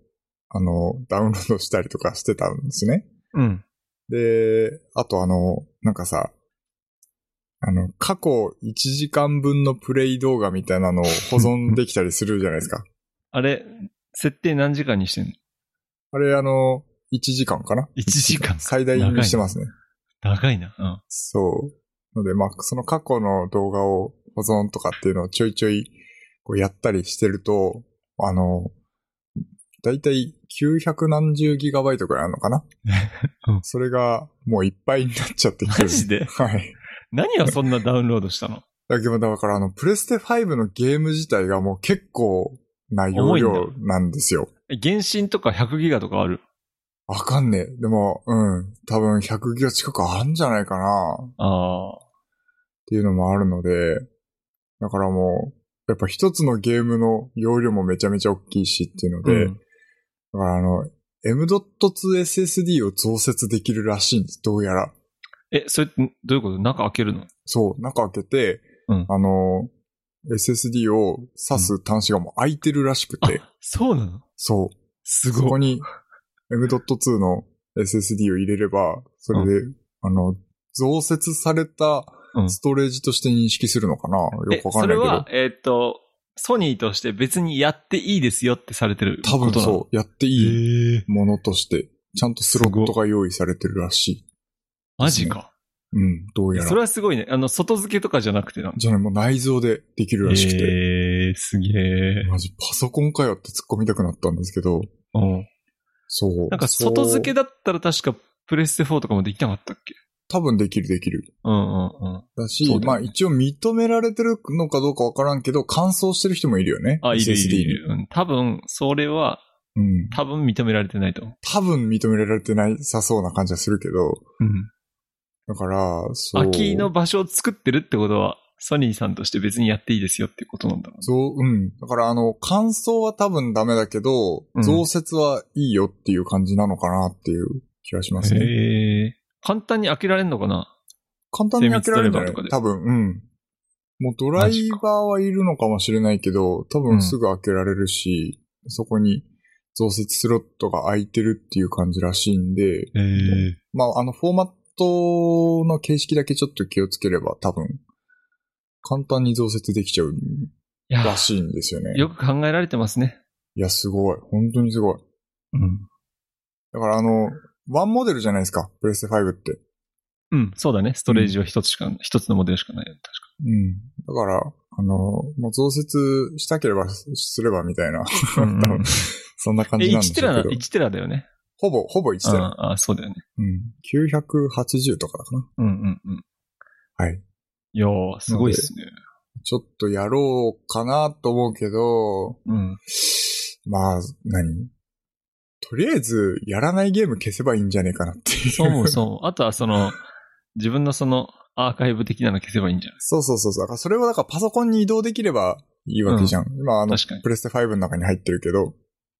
Speaker 1: あの、ダウンロードしたりとかしてたんですね。
Speaker 2: うん。
Speaker 1: で、あとあの、なんかさ、あの、過去1時間分のプレイ動画みたいなのを保存できたりするじゃない ですか。
Speaker 2: あれ、設定何時間にしてんの
Speaker 1: あれ、あの、1時間かな
Speaker 2: ?1 時間。
Speaker 1: 最大にしてますね。
Speaker 2: 長いな。うん。
Speaker 1: そう。ので、まあ、その過去の動画を保存とかっていうのをちょいちょいこうやったりしてると、あの、だいたい900何十ギガバイトくらいあるのかな、
Speaker 2: うん
Speaker 1: それがもういっぱいになっちゃってきてる。
Speaker 2: マジで
Speaker 1: はい。
Speaker 2: 何をそんなダウンロードしたの
Speaker 1: だけど、だからあの、プレステ5のゲーム自体がもう結構な容量なんですよ。
Speaker 2: え原神とか100ギガとかある。
Speaker 1: わかんねえ。でも、うん。多分100ギガ近くあるんじゃないかなっ
Speaker 2: ああ。
Speaker 1: ていうのもあるので、だからもう、やっぱ一つのゲームの容量もめちゃめちゃ大きいしっていうので、
Speaker 2: うん
Speaker 1: だからあの、M.2SSD を増設できるらしいんです、どうやら。
Speaker 2: え、それってどういうこと中開けるの
Speaker 1: そう、中開けて、
Speaker 2: うん
Speaker 1: あの、SSD を挿す端子がもう開いてるらしくて、
Speaker 2: そうなの
Speaker 1: そう。
Speaker 2: す
Speaker 1: そこ
Speaker 2: ごい。
Speaker 1: に M.2 の SSD を入れれば、それで、あの、増設された
Speaker 2: うん
Speaker 1: ストレージとして認識するのかな、よ
Speaker 2: え、
Speaker 1: くわか
Speaker 2: そ
Speaker 1: んな
Speaker 2: れ
Speaker 1: いけ
Speaker 2: は
Speaker 1: ど。、
Speaker 2: えーっと、ソニーとして別にやっていいですよってされてる
Speaker 1: 多分
Speaker 2: ことなの
Speaker 1: そう、やって
Speaker 2: え
Speaker 1: いい
Speaker 2: ー
Speaker 1: ものとして、ちゃんとスロットが用意されてるらしい。
Speaker 2: マジか。
Speaker 1: うん、どうやら
Speaker 2: そ。れはすごいね。あの、外付けとかじゃなくてなんだ
Speaker 1: じゃあね、もう内蔵でできるらしくて。
Speaker 2: えー、すげえ。
Speaker 1: マジ、パソコンかよって突っ込みたくなったんですけど、
Speaker 2: うん。
Speaker 1: そう。
Speaker 2: なんか外付け
Speaker 1: だ
Speaker 2: だったら確かプレステ4とかもできなかったっけ
Speaker 1: 多分できるできる。
Speaker 2: うんうんうん。
Speaker 1: だし、
Speaker 2: そうだよね
Speaker 1: まあ一応認められてるのかどうかわからんけど、乾燥してる人もいるよね。
Speaker 2: あ、いるい
Speaker 1: SSD
Speaker 2: る
Speaker 1: に
Speaker 2: いる。うん多分、それは、
Speaker 1: うん。
Speaker 2: 多分認められてないと思う。
Speaker 1: 多分認められてないさそうな感じはするけど、
Speaker 2: うん。
Speaker 1: だから、そう。
Speaker 2: 空きの場所を作ってるってことは、ソニーさんとして別にやっていいですよってことなんだろうね
Speaker 1: そう、うん。だから、あの、乾燥は多分ダメだけど
Speaker 2: う、ん
Speaker 1: 増設はいいよっていう感じなのかなっていう気がしますね。
Speaker 2: へえ。簡単に開けられんのかな
Speaker 1: 簡単に開けられるんじゃない
Speaker 2: 精密ドライバーとか
Speaker 1: 多分、
Speaker 2: で
Speaker 1: うん。もうドライバーはいるのかもしれないけど、多分すぐ開けられるし、そこに増設スロットが空いてるっていう感じらしいんで、
Speaker 2: へ
Speaker 1: え。まあ、あの、フォーマットの形式だけちょっと気をつければ、多分、簡単に増設できちゃう
Speaker 2: いや、
Speaker 1: らしいんですよね。
Speaker 2: よく考えられてますね。
Speaker 1: いや、すごい。本当にすごい。
Speaker 2: うん。
Speaker 1: だから、あの、ワンモデルじゃないですか、プレステ5って。
Speaker 2: うん、そうだね。ストレージは一つしか、一つのモデルしかないよ。確か
Speaker 1: うん。だから、あの、もう増設したければすすればみたいな、
Speaker 2: うんう ん
Speaker 1: 多分そんな感
Speaker 2: え、
Speaker 1: じなんで
Speaker 2: 1
Speaker 1: し
Speaker 2: テ
Speaker 1: ょう
Speaker 2: ラ、
Speaker 1: けど。
Speaker 2: 1テラだよね。
Speaker 1: ほぼ、ほぼ1テラ。
Speaker 2: ああ、そうだよね。
Speaker 1: うん。980とかかな。
Speaker 2: うんうんうん。
Speaker 1: はい。
Speaker 2: いやー、すごいっすね。
Speaker 1: ちょっとやろうかなと思うけど、
Speaker 2: うん。
Speaker 1: まあ、何とりあえず、やらないゲーム消せばいいんじゃねえかなっていう。
Speaker 2: そう思う、そう思う。あとはその、自分のその、アーカイブ的なの消せばいいんじゃない
Speaker 1: そうそうそうそう。だからそれはだからパソコンに移動できればいいわけじゃん。今あの
Speaker 2: 確かに、
Speaker 1: プレステ5の中に入ってるけど、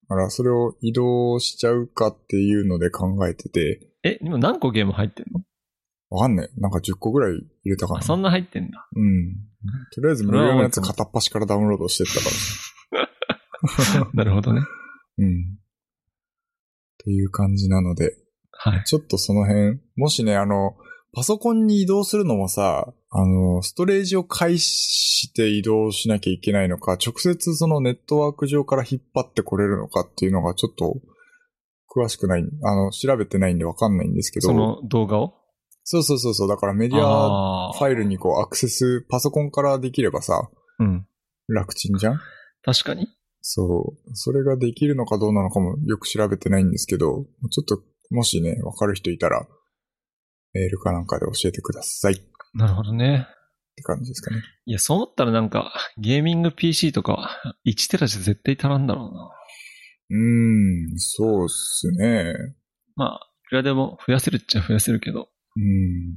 Speaker 1: だからそれを移動しちゃうかっていうので考えてて、
Speaker 2: え、今何個ゲーム入ってんの
Speaker 1: わかんない。なんか10個ぐらい入れたか
Speaker 2: あ
Speaker 1: な。
Speaker 2: そんな入ってんだ。
Speaker 1: うん。とりあえず無料のやつ片っ端からダウンロードしてったから。
Speaker 2: なるほどね。
Speaker 1: うん。っていう感じなので、
Speaker 2: はい。
Speaker 1: ちょっとその辺、もしね、あの、パソコンに移動するのもさ、あの、ストレージを介して移動しなきゃいけないのか、直接そのネットワーク上から引っ張ってこれるのかっていうのがちょっと、詳しくない、あの、調べてないんでわかんないんですけど、
Speaker 2: その動画を
Speaker 1: そうそうそうそう、だからメディア
Speaker 2: あ
Speaker 1: ファイルにこうアクセス、パソコンからできればさ、
Speaker 2: ーうん。
Speaker 1: 楽ちんじゃん
Speaker 2: 確かに。
Speaker 1: そう。それができるのかどうなのかもよく調べてないんですけど、ちょっと、もしね、わかる人いたら、メールかなんかで教えてくださいって
Speaker 2: なるほどね。
Speaker 1: 感じですかね。
Speaker 2: いや、そう思ったらなんか、ゲーミング PC とか、1テラじゃ絶対足らんだろうな。
Speaker 1: うーん、そうっすね。
Speaker 2: まあ、いくらでも増やせるっちゃ増やせるけど。
Speaker 1: うん。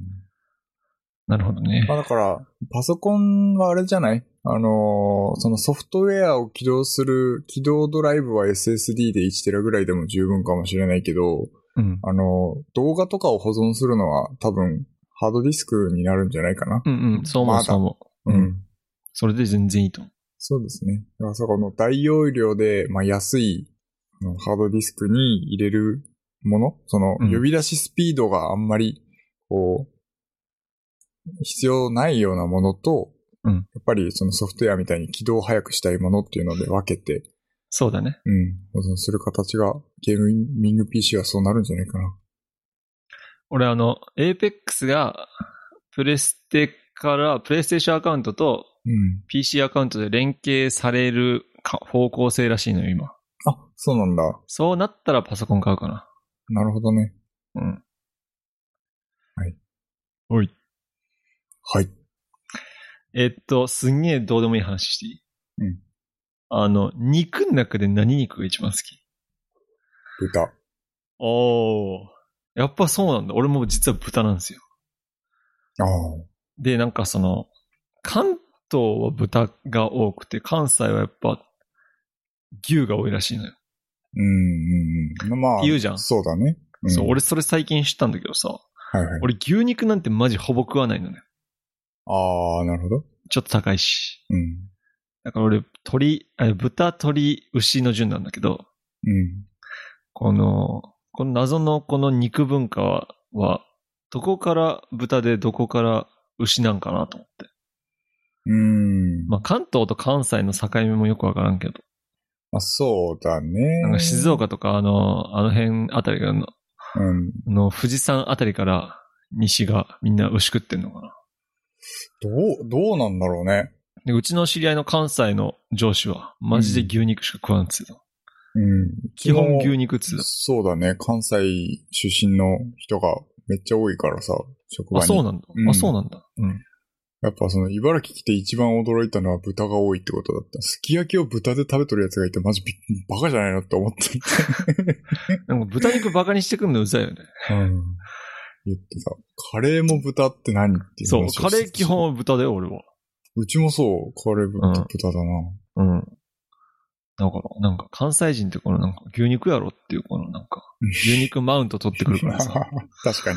Speaker 2: なるほどね
Speaker 1: まあ。だから、パソコンはあれじゃないあのーそのソフトウェアを起動する、起動ドライブは SSD で1テラぐらいでも十分かもしれないけど、
Speaker 2: うん。
Speaker 1: あのー動画とかを保存するのは多分、ハードディスクになるんじゃないかな。
Speaker 2: うんうん。そう
Speaker 1: ま
Speaker 2: 思う、
Speaker 1: だ
Speaker 2: そう思う。
Speaker 1: うん。
Speaker 2: それで全然いいと思
Speaker 1: そうですね。だからそこの大容量で、まあ、安いあのハードディスクに入れるものその
Speaker 2: うん
Speaker 1: 呼び出しスピードがあんまり、こう、必要ないようなものと、
Speaker 2: うん
Speaker 1: やっぱりそのソフトウェアみたいに起動を早くしたいものっていうので分けて、
Speaker 2: う。そうだね。
Speaker 1: うん、保存する形が、ゲーミング PC はそうなるんじゃないかな。
Speaker 2: 俺あの、Apex が、プレステから、プレイステーションアカウントと
Speaker 1: うん。
Speaker 2: PC アカウントで連携されるか方向性らしいのよ、今。
Speaker 1: あ、そうなんだ。
Speaker 2: そうなったらパソコン買うかな。
Speaker 1: なるほどね。
Speaker 2: うん。
Speaker 1: はい。
Speaker 2: おい。
Speaker 1: はい。
Speaker 2: えっと、すんげえどうでもいい話していい
Speaker 1: うん。
Speaker 2: あの、肉の中で何肉が一番好き
Speaker 1: 豚。
Speaker 2: おー。やっぱそうなんだ。俺も実は豚なんですよ。
Speaker 1: ああ。
Speaker 2: で、なんかその、関東は豚が多くて、関西はやっぱ牛が多いらしいのよ。
Speaker 1: うん、うん、うん。まあ。
Speaker 2: 言うじゃん
Speaker 1: そうだね。ん
Speaker 2: そう、、俺それ最近知ったんだけどさ、
Speaker 1: はいはい。
Speaker 2: 俺牛肉なんてマジほぼ食わないのね。
Speaker 1: ああ、なるほど。
Speaker 2: ちょっと高いし。
Speaker 1: うん。
Speaker 2: だから俺、鳥、え豚、鶏、牛の順なんだけど、
Speaker 1: うん。
Speaker 2: この、この謎のこの肉文化は、はどこから豚でどこから牛なんかなと思って。
Speaker 1: うん。
Speaker 2: まあ関東と関西の境目もよくわからんけど、
Speaker 1: あ、そうだね。
Speaker 2: なんか静岡とかあの、あの辺あたりがの、
Speaker 1: うん。
Speaker 2: あの、富士山あたりから西がみんな牛食ってんのかな。
Speaker 1: どう、どうなんだろうね。
Speaker 2: で、うちの知り合いの関西の上司は、マジで牛肉しか食わんっつうの。
Speaker 1: うん。
Speaker 2: 基本牛肉っつうの。
Speaker 1: そうだね。関西出身の人がめっちゃ多いからさ、職場
Speaker 2: あ、
Speaker 1: に。
Speaker 2: そうなんだ。
Speaker 1: うん
Speaker 2: あ、そうなんだ。うん。
Speaker 1: やっぱその、茨城来て一番驚いたのは豚が多いってことだった。すき焼きを豚で食べとるやつがいて、マジびっバカじゃないのって思って
Speaker 2: なんか豚肉バカにしてくんのう ざいよね。
Speaker 1: た。うん。言ってた。カレーも豚って何っていう
Speaker 2: そう、
Speaker 1: 話を
Speaker 2: カ
Speaker 1: してた
Speaker 2: レー基本。は豚だよ、俺は。
Speaker 1: うちもそう、カレー豚,、
Speaker 2: うん
Speaker 1: 豚だな。
Speaker 2: うん。だから、なんか関西人ってこのなんか牛肉やろっていうこのなんか、牛肉マウント取ってくるからさ。
Speaker 1: 確か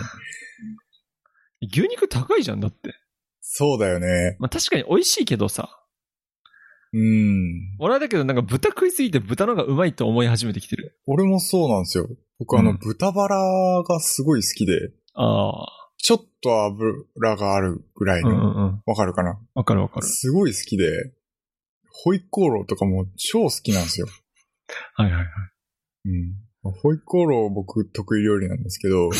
Speaker 1: に。
Speaker 2: 牛肉高いじゃんだって。
Speaker 1: そうだよね。
Speaker 2: まあ確かに美味しいけどさ。
Speaker 1: うん。
Speaker 2: 俺はだけどなんか豚食いすぎて豚の方がうまいと思い始めてきてる。
Speaker 1: 俺もそうなんですよ。僕、あ
Speaker 2: う
Speaker 1: の、
Speaker 2: ん
Speaker 1: 豚バラがすごい好きで、
Speaker 2: ああ。
Speaker 1: ちょっと油があるぐらい
Speaker 2: うんう
Speaker 1: の、わ、
Speaker 2: んうん。
Speaker 1: かるかな
Speaker 2: わかるわかる。
Speaker 1: すごい好きで、ホイコーローとかも超好きなんですよ。
Speaker 2: はいはいはい。
Speaker 1: うん。ホイコーロー僕得意料理なんですけ ど、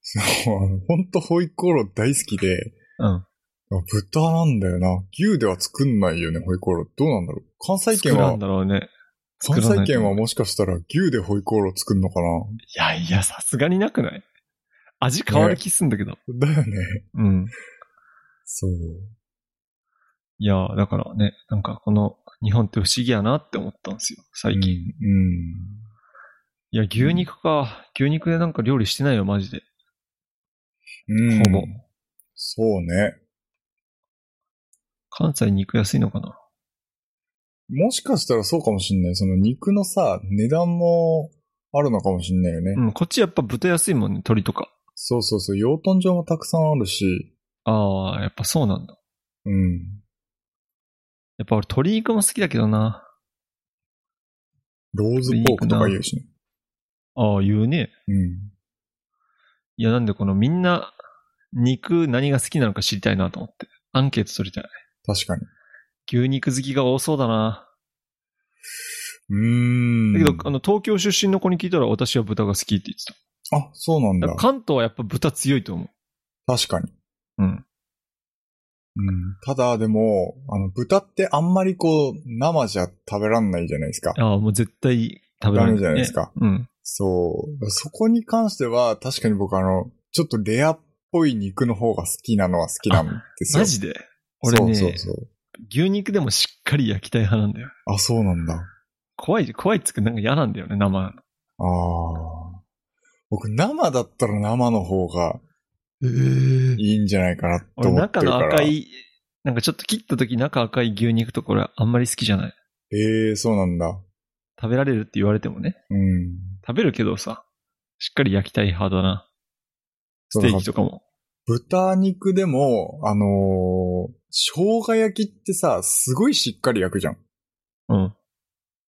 Speaker 1: そう、あのほんとホイコーロー大好きで、
Speaker 2: うん。
Speaker 1: あ豚なんだよな。牛では作んないよね、ホイコーロー。どうなんだろう。関西
Speaker 2: 作
Speaker 1: 圏
Speaker 2: ら
Speaker 1: は
Speaker 2: んだろうね。
Speaker 1: 参
Speaker 2: 作らな
Speaker 1: 祭
Speaker 2: いと
Speaker 1: 券はもしかしたら牛でホイコーロー作るのか
Speaker 2: いやいや、さすがになくない味変わる気すんだけど。
Speaker 1: なだよね。
Speaker 2: うん。
Speaker 1: そう。
Speaker 2: いやー、だからね、なんかこの日本って不思議やなって思ったんですよ、最近。
Speaker 1: うん。
Speaker 2: いや、牛肉か。牛肉でなんか料理してないよ、マジで。
Speaker 1: うん。
Speaker 2: ほぼ。
Speaker 1: そうね。
Speaker 2: 関西肉安いのかな
Speaker 1: もしかしたらそうかもしんない。その肉のさ、値段もあるのかもしんないよね。
Speaker 2: うん、こっちやっぱ豚安いもんね、鶏とか。
Speaker 1: そうそうそう。養豚場もたくさんあるし。
Speaker 2: ああ、やっぱそうなんだ。
Speaker 1: うん。
Speaker 2: やっぱ俺鶏肉も好きだけどな。
Speaker 1: ローズポークとか言うしね。
Speaker 2: ああ、言うね。
Speaker 1: うん。
Speaker 2: いや、なんでこのみんな、肉何が好きなのか知りたいなと思って。アンケート取りたい。
Speaker 1: 確かに。
Speaker 2: 牛肉好きが多そうだな。
Speaker 1: うーん。
Speaker 2: だけど、あの、東京出身の子に聞いたら私は豚が好きって言ってた。
Speaker 1: あ、そうなんだ
Speaker 2: やっ。ぱ関東はやっぱ豚強いと思
Speaker 1: 確かに。
Speaker 2: う。うん。
Speaker 1: うん。ただ、でも、あの、豚ってあんまりこう、生じゃ食べらんないじゃないですか。
Speaker 2: ああ、もう絶対食べら
Speaker 1: ダ
Speaker 2: れ
Speaker 1: メじゃないですか。
Speaker 2: うん。
Speaker 1: そう。そこに関しては、確かに僕あの、ちょっとレアっぽい肉の方が好きなのは好きなんですよ。
Speaker 2: マジで俺ね
Speaker 1: そうそうそう。
Speaker 2: 牛肉でもしっかり焼きたい派なんだよ。
Speaker 1: あ、そうなんだ。
Speaker 2: 怖い、怖いっつうかなんか嫌なんだよね、生なの。
Speaker 1: ああ。僕、生だったら生の方が
Speaker 2: ええ
Speaker 1: いいんじゃないかなと
Speaker 2: 俺
Speaker 1: 思って
Speaker 2: 中
Speaker 1: るか
Speaker 2: の
Speaker 1: ら。
Speaker 2: 赤。い、なんかちょっと切った時中赤い牛肉とか俺あんまり好きじゃない。
Speaker 1: ええそうなんだ。
Speaker 2: 食べられるって言われてもね。
Speaker 1: うん。
Speaker 2: 食べるけどさ、しっかり焼きたい派だな。
Speaker 1: そ
Speaker 2: ス
Speaker 1: うだ
Speaker 2: テーキとかも。
Speaker 1: 豚肉でも、あのー生姜焼きってさ、すごいしっかり焼くじゃん。だ
Speaker 2: うん。
Speaker 1: か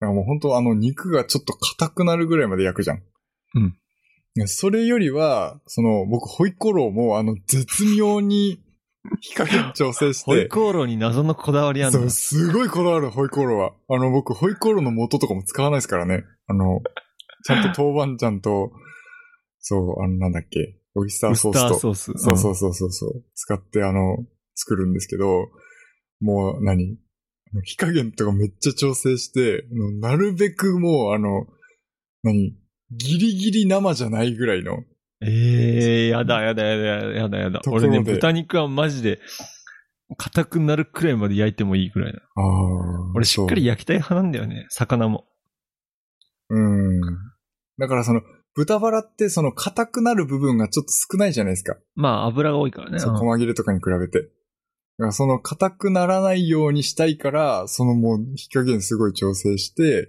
Speaker 1: らもう本当あの肉がちょっと硬くなるぐらいまで焼くじゃん。
Speaker 2: うん
Speaker 1: いや。それよりは、その、僕、ホイコローも、あの、絶妙に火加減調整し
Speaker 2: ホイ
Speaker 1: て、
Speaker 2: コーローに謎のこだわりあん
Speaker 1: そ
Speaker 2: の
Speaker 1: う、。すごいこだわる、ホイコーローは。あの、僕、ホイコーローの元とかも使わないですからね。あの、ちゃんと豆板醤と、そう、あの、なんだっけ、オイスター
Speaker 2: ウ
Speaker 1: ソ
Speaker 2: ス
Speaker 1: ース
Speaker 2: タ
Speaker 1: と
Speaker 2: ー。ソース。
Speaker 1: そうそううそうそうそう。使って、あの、作るんですけど、もう何、あの火加減とかめっちゃ調整して、あのなるべくもう、あの、何ギリギリ生じゃないぐらいの。
Speaker 2: ん。ええやだやだやだやだやだやだ。
Speaker 1: ところで
Speaker 2: 俺ね、豚肉はマジで、硬くなるくらいまで焼いてもいいくらいな。
Speaker 1: ああ。
Speaker 2: 俺しっかり焼きたい派なんだよね、魚も。
Speaker 1: そう。うん。だからその、豚バラってその硬くなる部分がちょっと少ないじゃないですか。
Speaker 2: まあ油が多いからね。
Speaker 1: そう、
Speaker 2: うん
Speaker 1: 細切れとかに比べて。だからその硬くならないようにしたいから、そのもう火加減すごい調整して、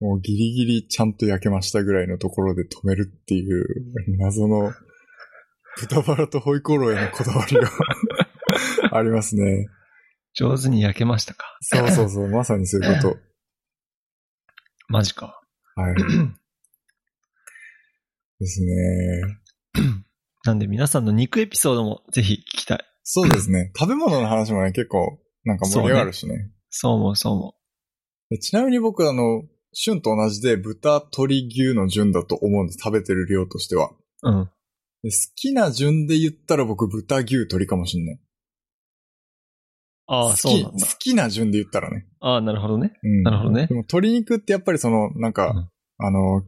Speaker 1: もうギリギリちゃんと焼けましたぐらいのところで止めるっていう謎の豚バラとホイコーローへのこだわり がありますね。
Speaker 2: 上手に焼けましたか。
Speaker 1: そうそうそう、まさにそういうこ
Speaker 2: マジか。
Speaker 1: と。はい。ですね。
Speaker 2: なんで皆さんの肉エピソードもぜひ聞きたい。
Speaker 1: そうですね。食べ物の話もね、結構なんか盛り上がるしね。
Speaker 2: そう思う、そう思
Speaker 1: でちなみに僕あの、シュンと同じで豚、鶏、牛の順だと思うんです。食べてる量としては。
Speaker 2: う。うん。
Speaker 1: で好きな順で言ったら僕豚、牛、鶏かもしんない。
Speaker 2: あ
Speaker 1: 好
Speaker 2: あ、
Speaker 1: き
Speaker 2: そうなんだ
Speaker 1: 好。きな順で言ったらね。
Speaker 2: ああ、なるほどね。
Speaker 1: うん。
Speaker 2: なるほどね
Speaker 1: でも鶏肉ってやっぱりその、なんか、
Speaker 2: うん
Speaker 1: あの、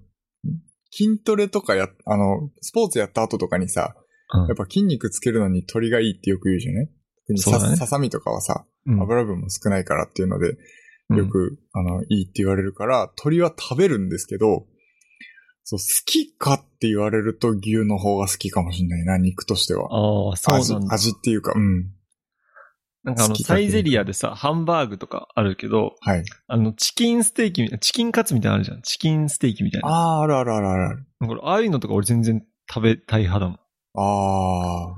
Speaker 1: 筋トレとかや、あの、スポーツやった後とかにさ、
Speaker 2: うん
Speaker 1: やっぱ筋肉つけるのに鶏がいいってよく言うじゃない特に
Speaker 2: そうだ
Speaker 1: さ
Speaker 2: ね
Speaker 1: ささみとかはさ、
Speaker 2: うん
Speaker 1: 油分も少ないからっていうので、
Speaker 2: うん
Speaker 1: よく、あの、いいって言われるから、鳥は食べるんですけど、そう、好きかって言われると牛の方が好きかもしれないな、肉としては。
Speaker 2: ああ、そう
Speaker 1: 味
Speaker 2: なんだ。
Speaker 1: 味っていうか、うん。
Speaker 2: なんかあの、
Speaker 1: 好きだ
Speaker 2: サイゼリアでさ、ハンバーグとかあるけど、
Speaker 1: はい。
Speaker 2: あの、チキンステーキみたいな、チキンカツみたいなのあるじゃん。チキンステーキみたいな。
Speaker 1: ああ、あるあるあるある。
Speaker 2: なんか俺ああいうのとか俺全然食べたい派だもん。
Speaker 1: ああ。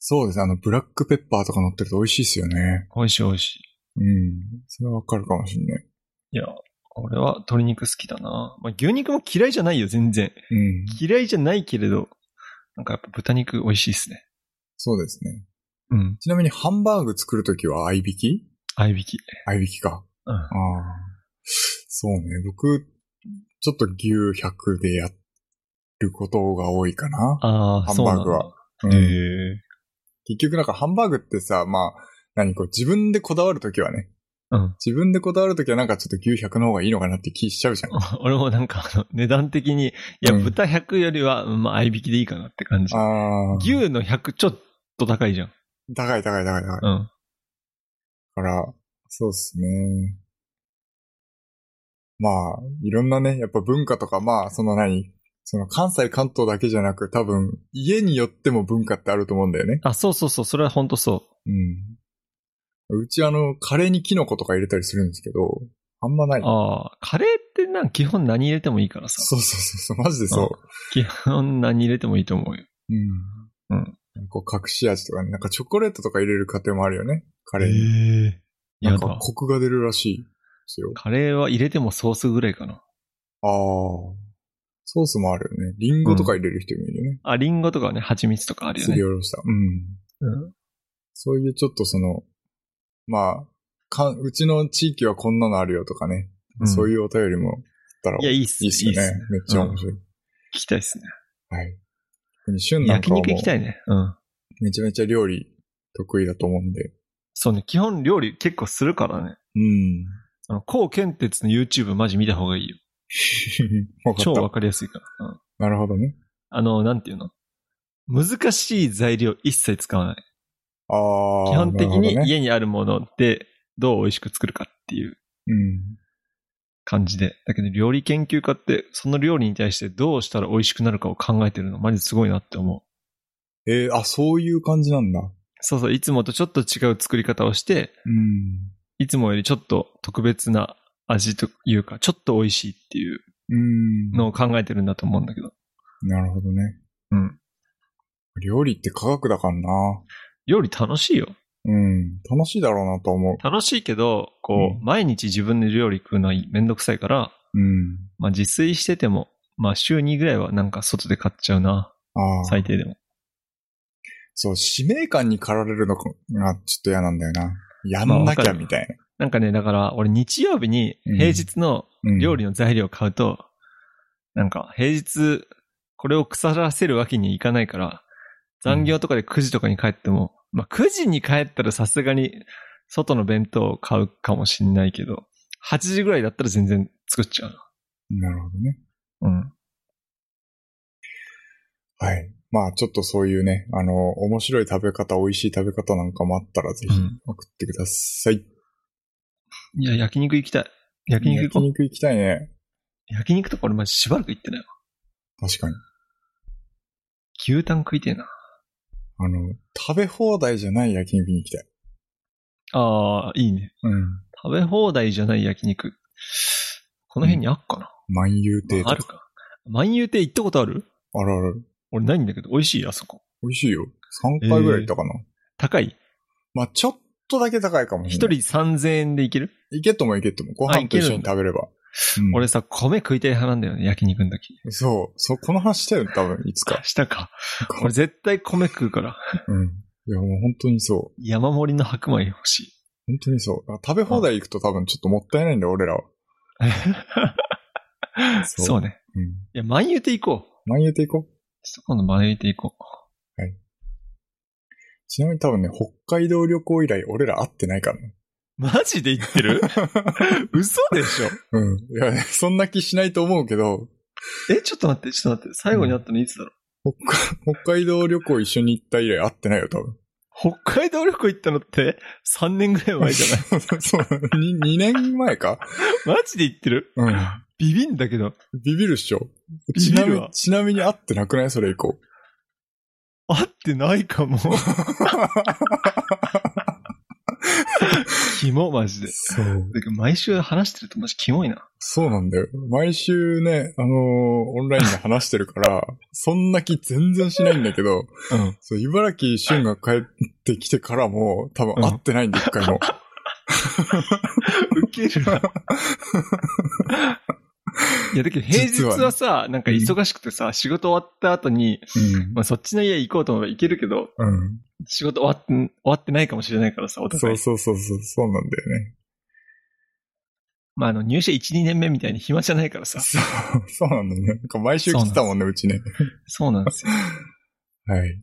Speaker 1: そうです。あの、ブラックペッパーとか乗ってると美味しいですよね。
Speaker 2: 美味しい美味しい。
Speaker 1: うん。それはわかるかもしれない。
Speaker 2: いや、俺は鶏肉好きだな。まあ、牛肉も嫌いじゃないよ、全然。
Speaker 1: うん。
Speaker 2: 嫌いじゃないけれど、なんかやっぱ豚肉美味しいっすね。
Speaker 1: そうですね。
Speaker 2: うん。
Speaker 1: ちなみにハンバーグ作るときは合いびき
Speaker 2: 合いびき。
Speaker 1: 合いびきか。
Speaker 2: うん
Speaker 1: ああ。そうね。僕、ちょっと牛100でやることが多いかな。
Speaker 2: ああ、
Speaker 1: ハン
Speaker 2: そうな
Speaker 1: バ
Speaker 2: ん
Speaker 1: ー
Speaker 2: だ。
Speaker 1: グは。うん
Speaker 2: へえ。
Speaker 1: 結局なんかハンバーグってさ、まあ、何こう自分でこだわるときはね、
Speaker 2: うん。
Speaker 1: 自分でこだわるときはなんかちょっと900の方がいいのかなって気しちゃうじゃん。
Speaker 2: 俺もなんか、あの値段的に、いや、
Speaker 1: うん
Speaker 2: 豚100よりは、うんまあ、合いびきでいいかなって感じ。
Speaker 1: あー。
Speaker 2: 牛の100ちょっと高いじゃん。
Speaker 1: 高い高い高い高い。だ
Speaker 2: うん。
Speaker 1: から、そうっすね。まあ、いろんなね、やっぱ文化とか、まあ、その何その関西関東だけじゃなく、多分、家によっても文化ってあると思うんだよね。
Speaker 2: あ、そうそうそう、それは本当そ。。
Speaker 1: うん。うちあの、カレーにキノコとか入れたりするんですけど、あんまないう
Speaker 2: ああ、カレーってなん、基本何入れてもいいからさ。
Speaker 1: そうそうそうそう、マジでそう。
Speaker 2: 基本何入れてもいいと思うよ。
Speaker 1: うん。
Speaker 2: うん
Speaker 1: なんかこう隠し味とかね、なんかチョコレートとか入れる家庭もあるよね。カ
Speaker 2: カ
Speaker 1: レーに。
Speaker 2: えー、
Speaker 1: な
Speaker 2: や
Speaker 1: んか
Speaker 2: だ。
Speaker 1: コクが出るらしいですよ。
Speaker 2: カレーは入れてもソースぐらいかな。
Speaker 1: ああ。ソースもあるよね。リンゴとか入れる人もいるよね。
Speaker 2: あ、リンゴとかね、蜂蜜とかあるよ
Speaker 1: す
Speaker 2: ね
Speaker 1: り。おろした。うん。
Speaker 2: うん
Speaker 1: そういうちょっとその、まあ、かんうちの地域はこんなのあるよとかね。
Speaker 2: うん
Speaker 1: そういうお便りもあったら
Speaker 2: いや、いいっす
Speaker 1: いいっすよね。めっちゃ面白い。
Speaker 2: 聞きたいっすね。
Speaker 1: はい。特に旬なん
Speaker 2: 焼
Speaker 1: かはも
Speaker 2: 肉
Speaker 1: う
Speaker 2: 行きたいね。うん。
Speaker 1: めちゃめちゃ料理得意だと思うんで。
Speaker 2: そうね、基本料理結構するからね。
Speaker 1: うん。
Speaker 2: あの、高健鉄の YouTube マジ見た方がいいよ。
Speaker 1: わか
Speaker 2: 超
Speaker 1: っ
Speaker 2: わかりやすいから。うん。
Speaker 1: た。なるほどね。
Speaker 2: あの、なんていうの難しい材料一切使わない。
Speaker 1: ああ。
Speaker 2: 基本的
Speaker 1: なるほど
Speaker 2: に
Speaker 1: ね、
Speaker 2: 家にあるもので、どう美味しく作るかっていう
Speaker 1: うん。
Speaker 2: 感じで。だけど料理研究家って、その料理に対してどうしたら美味しくなるかを考えてるの、マジすごいなって思う。
Speaker 1: えーあ、そういう感じなんだ。
Speaker 2: そうそう、いつもとちょっと違う作り方をして、
Speaker 1: うん。
Speaker 2: いつもよりちょっと特別な味というか、ちょっと美味しいっていう
Speaker 1: うん。
Speaker 2: のを考えてるんだと思うんだけど。
Speaker 1: なるほどね。
Speaker 2: うん。
Speaker 1: 料理って科学だからな。
Speaker 2: 料理楽しいよ。
Speaker 1: うん。楽しいだろうなと思う。
Speaker 2: 楽しいけど、こう、
Speaker 1: うん
Speaker 2: 毎日自分で料理食うのはめんどくさいから、
Speaker 1: うん。
Speaker 2: まあ自炊してても、まあ週2ぐらいはなんか外で買っちゃうな。
Speaker 1: ああ。
Speaker 2: 最低でも。
Speaker 1: そう、使命感に駆られるのがちょっと嫌なんだよな。やんなきゃみたいな。
Speaker 2: なんかね、だから俺日曜日に平日の
Speaker 1: うん
Speaker 2: 料理の材料を買うと、なんか平日これを腐らせるわけにいかないから、残業とかで9時とかに帰っても、まあ9時に帰ったらさすがに外の弁当を買うかもしんないけど、8時ぐらいだったら全然作っちゃう
Speaker 1: なるほどね。
Speaker 2: な。うん。
Speaker 1: はい。まあ、ちょっとそういうね、あの、面白い食べ方、美味しい食べ方なんかもあったら、ぜひ
Speaker 2: うん
Speaker 1: 送ってください。
Speaker 2: いや、焼肉行きたい。焼肉行こ
Speaker 1: 焼
Speaker 2: う。
Speaker 1: 肉行きたいね。
Speaker 2: 焼肉とか俺まじしばらく行ってないわ。
Speaker 1: 確かに。
Speaker 2: 牛タン食いてえな。
Speaker 1: あの、食べ放題じゃない焼肉に行きたい。
Speaker 2: ああ、いいね。
Speaker 1: うん。
Speaker 2: 食べ放題じゃない焼肉。この辺にあっかな、
Speaker 1: 万有亭
Speaker 2: あ
Speaker 1: と
Speaker 2: る
Speaker 1: か。
Speaker 2: か。万有亭行ったことある
Speaker 1: あるある。
Speaker 2: 俺ないんだけど、美味しいよあそこ。
Speaker 1: 美味しいよ。3回ぐらい行ったかな。
Speaker 2: 高い
Speaker 1: まあ、ちょっとだけ高いかもし
Speaker 2: 一
Speaker 1: れ
Speaker 2: 人
Speaker 1: ない。
Speaker 2: 3000円で行ける、
Speaker 1: 行けとも行けとも。ご
Speaker 2: あ
Speaker 1: 飯と
Speaker 2: 行け
Speaker 1: 一
Speaker 2: るんだ
Speaker 1: 緒に食べれば。うん
Speaker 2: 俺さ、米食いたい派なんだよね、焼肉の時。。
Speaker 1: そう。そう、この話したよね、多分、いつか
Speaker 2: したか。
Speaker 1: こ
Speaker 2: 俺絶対米食うから。
Speaker 1: うん。いや、もう本当にそう。
Speaker 2: 山盛りの白米欲しい。
Speaker 1: 本当にそう。あ食べ放題行くと多分ちょっともったいないんだよ、俺らは。そ
Speaker 2: そううね。
Speaker 1: うん。
Speaker 2: いや、万有亭行こう。
Speaker 1: 万有亭行こう。
Speaker 2: ちょっと今度万有亭行こ
Speaker 1: ちなみに多分ね、北海道旅行以来俺ら会ってないからね。
Speaker 2: う。マジで行って る嘘でしょ
Speaker 1: うん。いや、そんな気しないと思うけど、
Speaker 2: え、ちょっと待って、ちょっと待って。最後に会ったのいつだろ
Speaker 1: 北北海道旅行一緒に行った以来会ってないよ、多分。
Speaker 2: う、北海道旅行行ったのって3年ぐらい前じゃない
Speaker 1: そう、2, 年前か
Speaker 2: マジで行ってる
Speaker 1: うん。
Speaker 2: ビビんだけど。
Speaker 1: ビビるっしょ。
Speaker 2: ビ
Speaker 1: ち
Speaker 2: ビ
Speaker 1: な
Speaker 2: る
Speaker 1: み
Speaker 2: わ、
Speaker 1: ちなみに会ってなくないそれ以降。
Speaker 2: 会ってないか も。キモ、マジで。
Speaker 1: そう。
Speaker 2: だけど毎週話してるとマジキモいな。
Speaker 1: そうなんだよ。毎週ね、あのーオンラインで話してるから、そんな気全然しないんだけど、
Speaker 2: うん。
Speaker 1: そう、茨城俊が帰ってきてからも、多分会ってないんで、一回 も。
Speaker 2: ウケるな。いや、だけど平日はさ、なんか忙しくてさ、仕事終わった後に、まあそっちの家行こうと思えば行けるけど、
Speaker 1: うん。うん。
Speaker 2: 仕事終わって、終わってないかもしれないからさ、お
Speaker 1: そ
Speaker 2: 互
Speaker 1: う
Speaker 2: い。
Speaker 1: そうそうそう、そうなんだよね。
Speaker 2: まああの、入社1、2年目みたいに暇じゃないからさ。
Speaker 1: そう、そうなんだよね。なんか毎週来てたもんね、うちね。
Speaker 2: そうなんですよ。
Speaker 1: はい。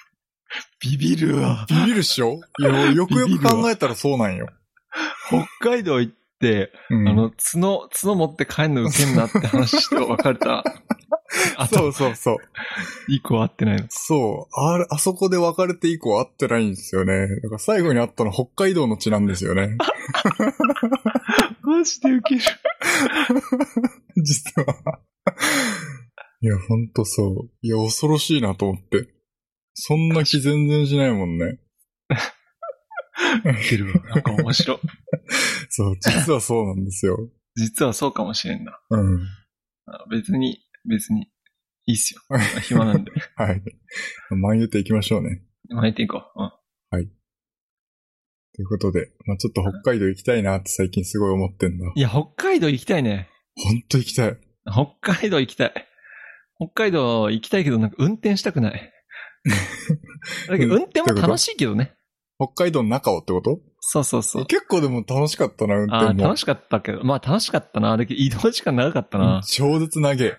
Speaker 2: ビビるわ。
Speaker 1: ビビるっしょいや、よくよ
Speaker 2: ビビ
Speaker 1: く
Speaker 2: るわ
Speaker 1: 考えたらそうなんよ。
Speaker 2: 北海道行って、
Speaker 1: うん
Speaker 2: あの、角、角持って帰んのウケんなって話と別れ た。あ
Speaker 1: そ
Speaker 2: と
Speaker 1: う、そうそう。
Speaker 2: 一個合ってないの。
Speaker 1: そう。あれ、あそこで別れて以降会ってないんですよね。だから最後に会ったのは北海道の地なんですよね。
Speaker 2: マジでウ ケる。
Speaker 1: 実は。いや、ほんとそう。いや、恐ろしいなと思って。そんな気全然しないもんね。
Speaker 2: ウケるわ。なんか面白い。
Speaker 1: そう、実はそうなんですよ。
Speaker 2: 実はそうかもしれんな。
Speaker 1: うん。
Speaker 2: あ別に、別に、いいっすよ。暇なん で。
Speaker 1: はい。前言っていきましょうね。
Speaker 2: 巻いていこう。うん。
Speaker 1: ということで、まあちょっと北海道行きたいなって最近すごい思ってんだ。
Speaker 2: いや、北海道行きたいね。
Speaker 1: ほんと行きたい。
Speaker 2: 北海道行きたい。北海道行きたいけど、なんか運転したく ない。だけど、運転も楽しいけどね。
Speaker 1: 北海道の中をってこと
Speaker 2: そうそうそう。
Speaker 1: 結構でも楽しかったな、運
Speaker 2: ああ
Speaker 1: 転
Speaker 2: ー、
Speaker 1: も
Speaker 2: 楽。しかったけど、まあ楽しかったな。だけど、移動時間長かった
Speaker 1: うん
Speaker 2: な。
Speaker 1: 超絶投げ。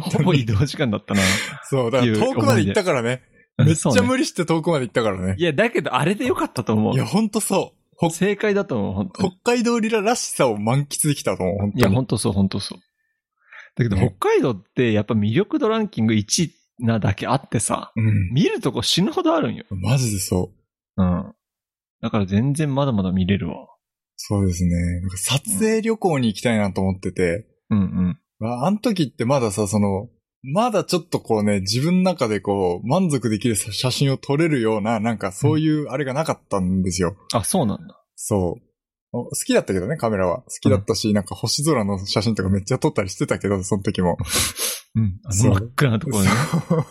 Speaker 2: ほぼ移動時間だ ったな。
Speaker 1: そう、だから遠くまで行ったからね。めっち
Speaker 2: そう
Speaker 1: ゃ
Speaker 2: ね
Speaker 1: 無理して遠くまで行ったからね
Speaker 2: い。や、だけど、あれでよかったと思う
Speaker 1: いや、。ほんとそう。ほ
Speaker 2: 正解だと思う、本当
Speaker 1: 北
Speaker 2: に。
Speaker 1: 海道リラらしさを満喫できたと思う、本
Speaker 2: い
Speaker 1: 当
Speaker 2: や、
Speaker 1: に。
Speaker 2: 本当そう、本当そう。だけど、
Speaker 1: ね
Speaker 2: 北海道って、やっぱ魅力度ランキング1位なだけあってさ、見るとこ死ぬほどあるんよ。
Speaker 1: うん。マジでそう。
Speaker 2: うん。だから全然まだまだ見れるわ。
Speaker 1: そうですね。なんか撮影旅行に行きたいなと思ってて、
Speaker 2: うんうん。
Speaker 1: まあ、あの時ってまださ、その、まだちょっとこうね、自分の中でこう、満足できるさ写真を撮れるような、なんかそういうあれがなかったんですよ。
Speaker 2: あ、そうなんだ。
Speaker 1: そう。お好きだったけどね、カメラは。好きだったし、なんか星空の写真とかめっちゃ撮ったりしてたけど、その時も。
Speaker 2: うん。あ
Speaker 1: そう
Speaker 2: の真っ暗なところね。
Speaker 1: そう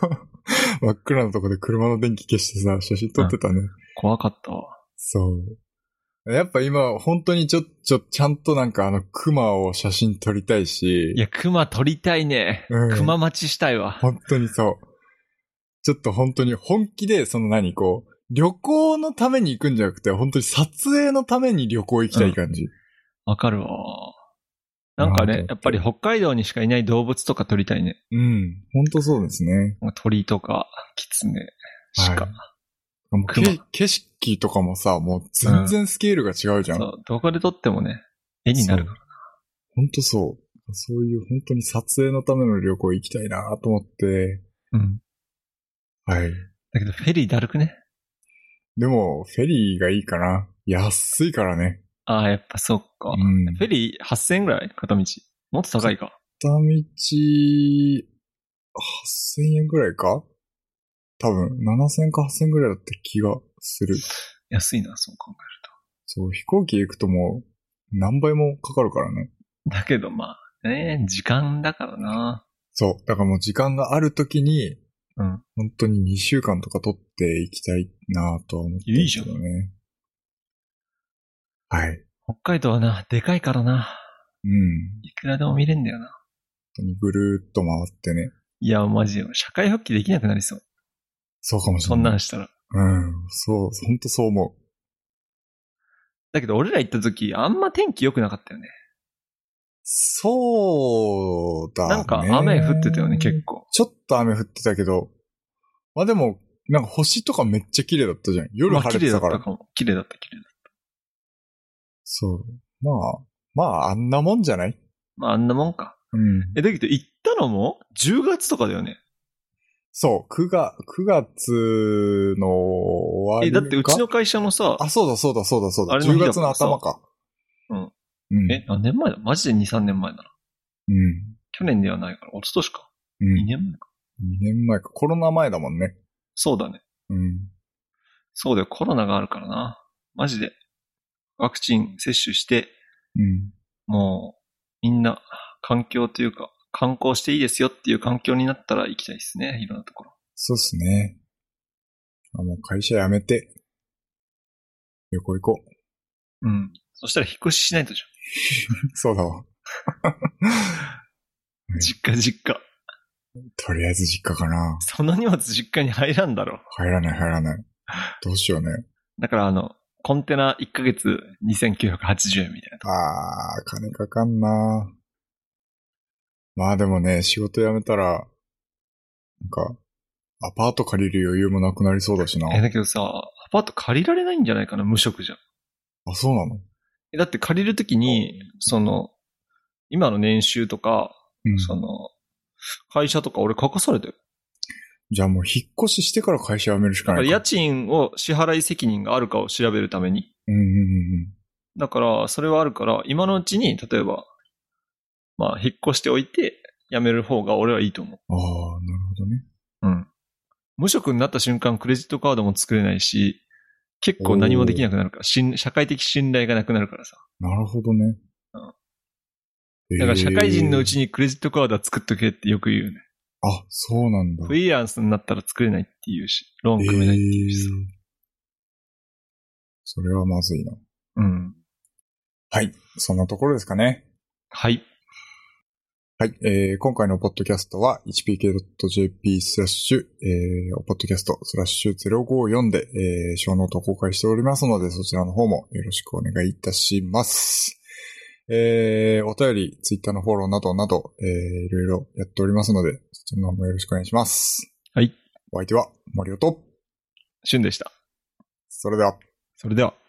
Speaker 1: 真っ暗なとこで車の電気消してさ、写真撮ってたね。
Speaker 2: 怖かったわ。
Speaker 1: そう。やっぱ今、本当にちょ、ちょ、ちゃんとなんかあの、熊を写真撮りたいし、
Speaker 2: いや、熊撮りたいね。
Speaker 1: うん
Speaker 2: 熊待ちしたいわ。
Speaker 1: 本当にそう。ちょっと本当に本気で、その何、こう、旅行のために行くんじゃなくて、本当に撮影のために旅行行きたい感じ。
Speaker 2: わかるわ。なんか
Speaker 1: なん
Speaker 2: ね
Speaker 1: か、
Speaker 2: やっぱり北海道にしかいない動物とか撮りたいね。
Speaker 1: うん、本当そうですね。
Speaker 2: 鳥とか、キツネ、
Speaker 1: は
Speaker 2: 鹿。
Speaker 1: もうけ
Speaker 2: 熊
Speaker 1: 景色とかもさ、もう全然スケールが違うじゃん。
Speaker 2: そう、どこで撮ってもね、絵になるから。
Speaker 1: 本当そう。そういう本当に撮影のための旅行行きたいなと思って。
Speaker 2: うん。
Speaker 1: はい。
Speaker 2: だけど、フェリーだるくね。
Speaker 1: でも、フェリーがいいかな。安いからね。
Speaker 2: ああ、やっぱそっか。
Speaker 1: うん。
Speaker 2: フェリー8000円ぐらい片道。もっと高いか。
Speaker 1: 片道、8000円ぐらいか多分、7000円か8000円ぐらいだった気がする。
Speaker 2: 安いな、そう考
Speaker 1: そう、飛行機で行くともう、何倍もかかるからね。
Speaker 2: えると。だけど、まあ、ね時間だからな。
Speaker 1: そう。だからもう時間がある時に、
Speaker 2: うん。
Speaker 1: 本当に2週間とか取っていきたいなとは思ってるけどね。はい。
Speaker 2: 北海道はな、でかいからな。
Speaker 1: うん。
Speaker 2: いくらでも見れんだよな。
Speaker 1: 本当にぐるーっと回ってね。
Speaker 2: いや、マジで、社会復帰できなくなりそう。
Speaker 1: そうかもし
Speaker 2: そ
Speaker 1: れ
Speaker 2: ん
Speaker 1: ない。
Speaker 2: なんしたら。
Speaker 1: うん。そう、本当そう思う。
Speaker 2: だけど、俺ら行った時、あんま天気良くなかったよね。
Speaker 1: そうだね。
Speaker 2: なんか、雨降ってたよね、結構。
Speaker 1: ちょっと雨降ってたけど、まあでも、なんか星とかめっちゃ綺麗だったじゃん。夜
Speaker 2: まあ
Speaker 1: 晴れ
Speaker 2: 綺
Speaker 1: て
Speaker 2: 麗だ
Speaker 1: た
Speaker 2: っ
Speaker 1: から。
Speaker 2: たかも。綺麗だった、綺麗だった。
Speaker 1: そう。まあ、まああんなもんじゃない
Speaker 2: まあ、あんなもんか。
Speaker 1: うん。
Speaker 2: え、だけど、行ったのも、10月とかだよね。
Speaker 1: そう、9月、9月の終わ
Speaker 2: え、
Speaker 1: り
Speaker 2: だ
Speaker 1: か。
Speaker 2: って、うちの会社のさ、
Speaker 1: あ、そうだそうだそうだそうだ。
Speaker 2: あれの
Speaker 1: 10
Speaker 2: 日だ
Speaker 1: 月
Speaker 2: から
Speaker 1: の
Speaker 2: さ
Speaker 1: 頭か。
Speaker 2: うん。
Speaker 1: うん。
Speaker 2: え、何年前だマジで2、3年前だな。
Speaker 1: うん。
Speaker 2: 去年ではないから、一昨年か。
Speaker 1: うん。
Speaker 2: 2年前か。
Speaker 1: 2年前か。コロナ前だもんね。
Speaker 2: そうだね。
Speaker 1: うん。
Speaker 2: そうだよ、コロナがあるからな。マジで。ワクチン接種して、
Speaker 1: うん。
Speaker 2: もう、みんな、環境というか、観光していいですよっていう環境になったら行きたいですね。いろんなところ。
Speaker 1: そうっすね。あ、もう会社辞めて、旅行行こう。
Speaker 2: うん。そしたら引っ越ししないとじ
Speaker 1: そうだ わ。
Speaker 2: ゃん。実家、実家。
Speaker 1: とりあえず実家かな。
Speaker 2: その荷物実家に入らんだろ。
Speaker 1: 入らない入らない。どうしようね。
Speaker 2: だからあの、コンテナ1ヶ月2980円みたいな。
Speaker 1: あー、金かかんな。まあでもね、仕事辞めたら、なんか、アパート借りる余裕もなくなりそうだしな。
Speaker 2: え、だけどさ、アパート借りられないんじゃないかな無職じゃん。
Speaker 1: あ、そうなの
Speaker 2: えだって借りるときに、その、今の年収とか、
Speaker 1: うん
Speaker 2: その、会社とか俺書かされてる。
Speaker 1: じゃあもう引っ越ししてから会社辞めるしか
Speaker 2: だ
Speaker 1: な
Speaker 2: から
Speaker 1: い
Speaker 2: 家
Speaker 1: か。
Speaker 2: 賃を支払い責任があるかを調べるために。
Speaker 1: うんうんうん
Speaker 2: だから、それはあるから、今のうちに、例えば、まあ、引っ越しておいて、辞める方が俺はいいと思う。
Speaker 1: うん。ああ、なるほどね。
Speaker 2: うん。無職になった瞬間、クレジットカードも作れないし、結構何もできなくなるから、信社会的信頼がなくなるからさ。
Speaker 1: なるほどね。うん
Speaker 2: だから社会人のうち
Speaker 1: に。
Speaker 2: にクレジットカードは作っとけってよく言うね。
Speaker 1: あ、そうなんだ。
Speaker 2: フリーランスになったら作れないっていうし、ローン組めないっていうしさ。
Speaker 1: えーそれはまずいな。
Speaker 2: うん。
Speaker 1: はい。そんなところですかね。
Speaker 2: はい。
Speaker 1: はい。えー今回のポッドキャストは hpk.jp スラッシュ、えー、ポッドキャストスラッシュ054で、えー、小ノートを公開しておりますので、そちらの方もよろしくお願いいたします。えー、お便り、ツイッターのフォローなどなど、えー、いろいろやっておりますので、そちらの方もよろしくお願いします。
Speaker 2: はい。
Speaker 1: お相手は、森尾と、
Speaker 2: シュンでした。
Speaker 1: それでは。
Speaker 2: それでは。